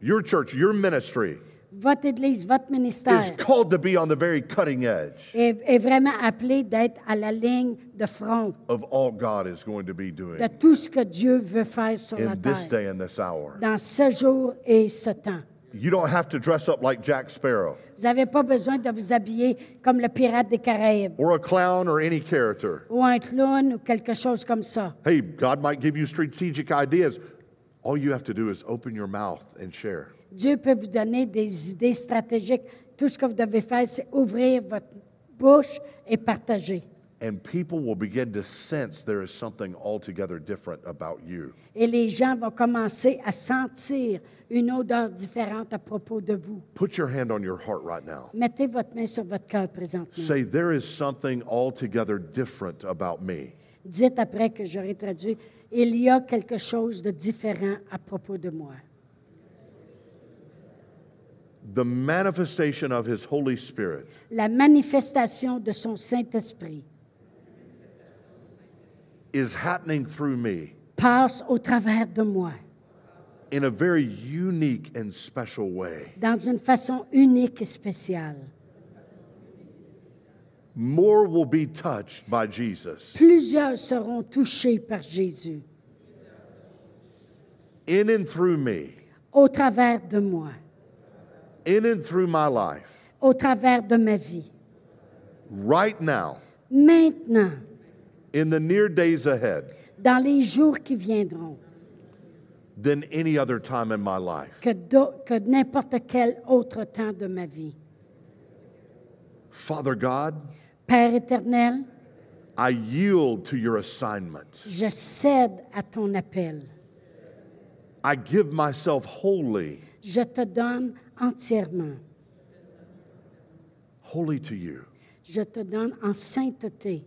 S2: your church, your ministry,
S1: votre Église, votre
S2: is
S1: ministère,
S2: called to be on the very cutting edge
S1: est, est vraiment appelé d'être à la ligne de front
S2: of all God is going to be
S1: de
S2: doing
S1: tout ce que Dieu veut faire sur la
S2: in this
S1: terre
S2: day and this hour.
S1: dans ce jour et ce temps.
S2: You don't have to dress up like Jack Sparrow
S1: Vous n'avez pas besoin de vous habiller comme le pirate des Caraïbes
S2: or a clown or any character.
S1: ou un clown ou quelque chose comme ça.
S2: Hey, God might give you strategic ideas. All you have to do is open your mouth and share.
S1: Dieu peut vous donner des idées stratégiques. Tout ce que vous devez faire, c'est ouvrir votre bouche et partager.
S2: And people will begin to sense there is something altogether different about you.
S1: Et les gens vont commencer à sentir une odeur différente à propos de vous.
S2: Put your hand on your heart right now.
S1: Mettez votre main sur votre cœur présentement.
S2: Say, there is something altogether different about me.
S1: Dites après que j'aurai traduit, il y a quelque chose de différent à propos de moi.
S2: The manifestation of His Holy Spirit
S1: La manifestation de son Saint-Esprit
S2: is happening through me
S1: passe au travers de moi
S2: in a very unique and special way.
S1: dans une façon unique et spéciale.
S2: More will be touched by Jesus
S1: Plusieurs seront touchés par Jésus
S2: in and through me,
S1: au travers de moi,
S2: in and through my life.
S1: au travers de ma vie.
S2: Right now,
S1: Maintenant,
S2: in the near days ahead,
S1: dans les jours qui viendront,
S2: than any other time in my life.
S1: que, d'au- que n'importe quel autre temps de ma vie.
S2: Father God,
S1: Père éternel,
S2: I yield to your assignment.
S1: je cède à ton appel.
S2: I give myself wholly,
S1: Je te donne entièrement.
S2: wholly to you,
S1: Je te donne en sainteté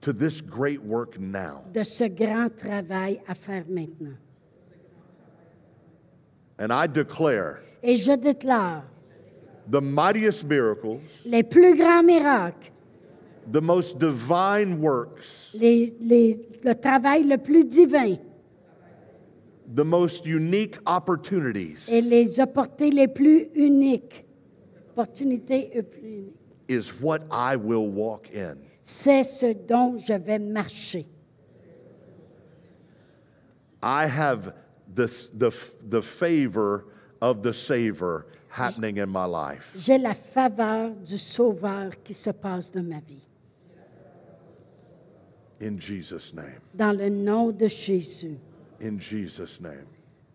S2: to this great work now.
S1: de ce grand travail à faire maintenant.
S2: And I declare
S1: Et je déclare
S2: the mightiest miracles,
S1: les plus grands miracles,
S2: the most divine works,
S1: les- les- le travail le plus divin
S2: the most unique opportunities
S1: et les opportunités les plus uniques, opportunités les plus uniques,
S2: is what I will walk in.
S1: c'est ce dont je vais marcher.
S2: I have the, the, the favor of the Savior happening in my life.
S1: J'ai la faveur du Sauveur qui se passe de ma vie.
S2: In Jesus' name.
S1: Dans le nom de Jésus,
S2: In Jesus' name.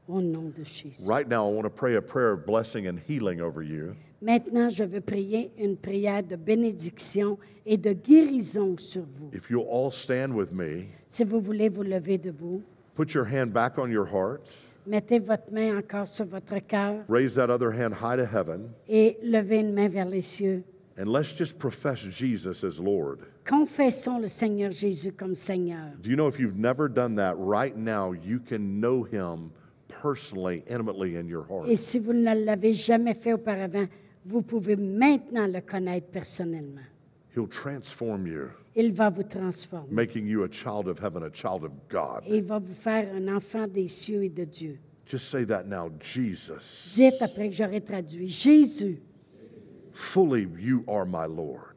S1: au nom de Jésus.
S2: Right now, I want to pray a prayer of blessing and healing over you.
S1: Maintenant, je veux prier une prière de bénédiction et de guérison sur vous.
S2: If you'll all stand with me,
S1: Si vous voulez vous lever debout,
S2: put your hand back on your heart,
S1: mettez votre main encore sur votre cœur
S2: raise that other hand high to heaven,
S1: et levez une main vers les cieux.
S2: and let's just profess Jesus as Lord.
S1: Confessons le Seigneur Jésus comme Seigneur.
S2: Do you know if you've never done that, right now you can know Him personally, intimately in your heart.
S1: Et si vous ne l'avez jamais fait auparavant, vous pouvez maintenant le connaître personnellement.
S2: He'll transform you,
S1: Il va vous transformer.
S2: making you a child of heaven, a child of God.
S1: Et il va vous faire un enfant des cieux et de Dieu.
S2: Just say that now Jesus,
S1: Dites après que j'aurai traduit, Jésus,
S2: fully you are my Lord.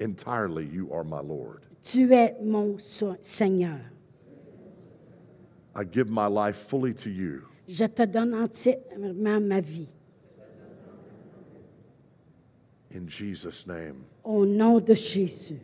S2: Entirely you are my Lord.
S1: tu es mon so- Seigneur.
S2: I give my life fully to you.
S1: Je te donne entièrement ma vie.
S2: In Jesus' name.
S1: Au nom de Jésus.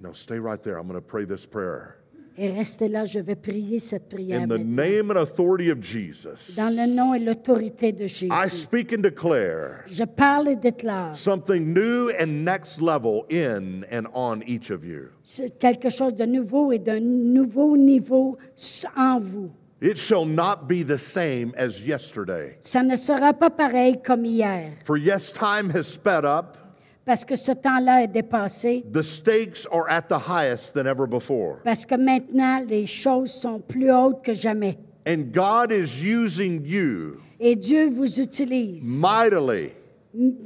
S2: Now stay right there. I'm going to pray this prayer.
S1: Et restez là, je vais prier cette prière.
S2: In the
S1: maintenant.
S2: name and authority of Jesus,
S1: Dans le nom et l'autorité de Jésus.
S2: I speak and declare
S1: Je parle et déclare
S2: something new and next level in and on each of you.
S1: ce- quelque chose de nouveau et d'un nouveau niveau s- en vous.
S2: It shall not be the same as yesterday.
S1: Ça ne sera pas pareil comme hier,
S2: For yes, time has sped up,
S1: parce que ce temps-là est dépassé,
S2: the stakes are at the highest than ever before.
S1: parce que maintenant les choses sont plus hautes que jamais.
S2: And God is using you
S1: Et Dieu vous utilise
S2: mightily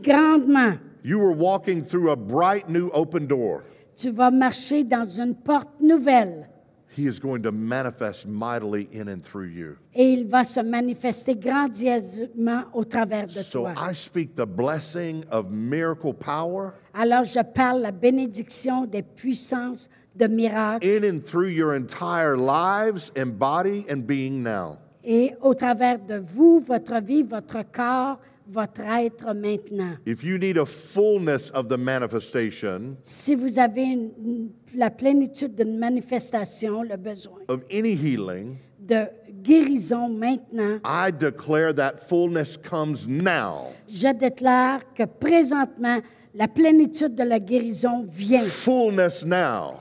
S1: grandement.
S2: You were walking through a bright new open door.
S1: Tu vas marcher dans une porte nouvelle
S2: He is going to manifest mightily in and through you.
S1: et il va se manifester grandiosement au travers de
S2: So
S1: toi.
S2: I speak the blessing of miracle power
S1: Alors je parle la bénédiction des puissances de miracles
S2: in and through your entire lives and body and being now.
S1: et au travers de vous, votre vie, votre corps, votre être maintenant.
S2: If you need a fullness of the manifestation
S1: Si vous avez une- une- la plénitude d'une manifestation, le besoin
S2: of any healing,
S1: de guérison maintenant,
S2: I declare that fullness comes now.
S1: je déclare que présentement, la plénitude de la guérison vient.
S2: Fullness now.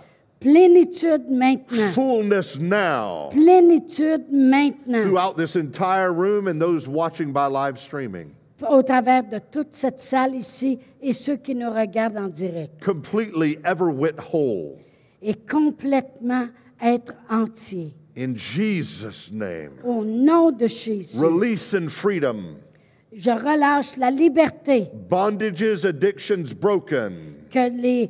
S1: Plénitude maintenant.
S2: Fullness now.
S1: Plénitude maintenant.
S2: Throughout this entire room and those watching by live streaming.
S1: Au travers de toute cette salle ici et ceux qui nous regardent en direct.
S2: Completely ever wit whole.
S1: Et complètement être entier.
S2: In Jesus' name.
S1: Au nom de Jésus,
S2: Release and freedom.
S1: je relâche la liberté
S2: Bondages, addictions broken.
S1: que les,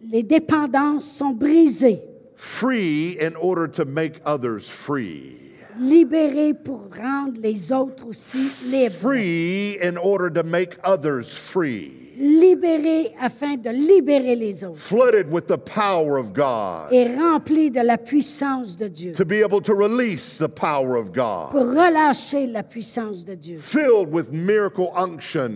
S1: les dépendances sont brisées,
S2: Free in order to make others free.
S1: libérées pour rendre les autres aussi libres,
S2: Free in order to make others free.
S1: libérées afin de libérer les autres
S2: Flooded with the power of God.
S1: et remplies de la puissance de Dieu
S2: To be able to release the power of God.
S1: pour relâcher la puissance de Dieu,
S2: filled with miracle unction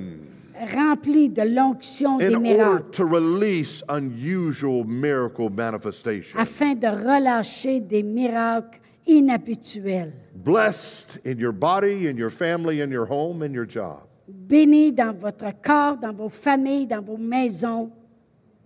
S1: remplies de l'onction des
S2: in order
S1: miracles
S2: to release unusual miracle manifestation.
S1: afin de relâcher des miracles inhabituels.
S2: Blessed in your body, in your family, in your home, in your job.
S1: Bénis dans votre corps, dans vos familles, dans vos maisons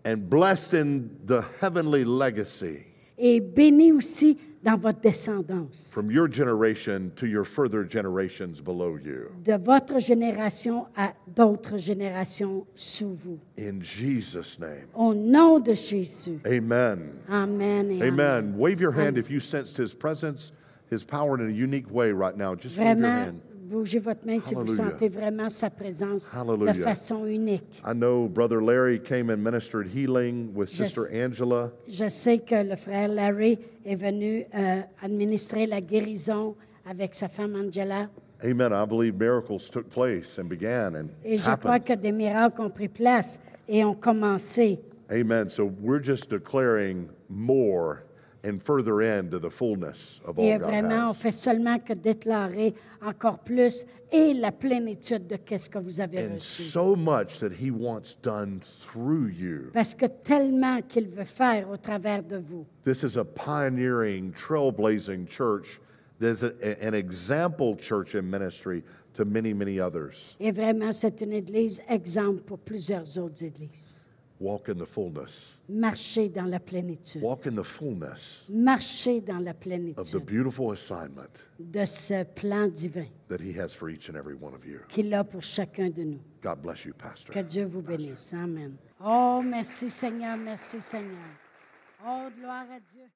S2: And blessed in the heavenly legacy
S1: et bénis aussi dans votre descendance.
S2: from your generation to your further generations below you.
S1: de votre génération à d'autres générations sous vous.
S2: In Jesus' name.
S1: Au nom de Jésus.
S2: Amen.
S1: Amen. et
S2: Amen. Wave your hand if you sensed his presence, his power in a unique way right now. Just wave your
S1: Vraiment,
S2: hand.
S1: bougez votre main si vous
S2: Hallelujah.
S1: sentez vraiment sa présence
S2: Hallelujah.
S1: de façon unique.
S2: I know Brother Larry came and ministered healing with
S1: Yes.
S2: Sister Angela.
S1: Je sais que le frère Larry est venu euh, administrer la guérison avec sa femme Angela.
S2: Amen. I believe miracles took place and began and
S1: Et je crois
S2: happened.
S1: que des miracles ont pris place et ont commencé.
S2: Amen. So we're just declaring more and further into the fullness of
S1: Et
S2: all God
S1: vraiment, on
S2: has.
S1: fait seulement que déclarer encore plus et la plénitude de qu'est-ce que vous avez
S2: And
S1: reçu.
S2: so much that He wants done through you.
S1: parce que tellement qu'il veut faire au travers de vous.
S2: This is a pioneering, trailblazing church. There's a- an example church and ministry to many, many others.
S1: Et vraiment, c'est une église exemple pour plusieurs autres églises.
S2: Walk in the fullness.
S1: Marchez dans la plénitude.
S2: Walk in the fullness
S1: Marchez dans la
S2: of the
S1: plénitude
S2: beautiful assignment
S1: de ce plan divin
S2: that He has for each and every one of you.
S1: qu'il a pour chacun de nous.
S2: God bless you,
S1: Que
S2: Pastor.
S1: Dieu vous bénisse. Amen. Oh, merci Seigneur, merci Seigneur. Oh, gloire à Dieu.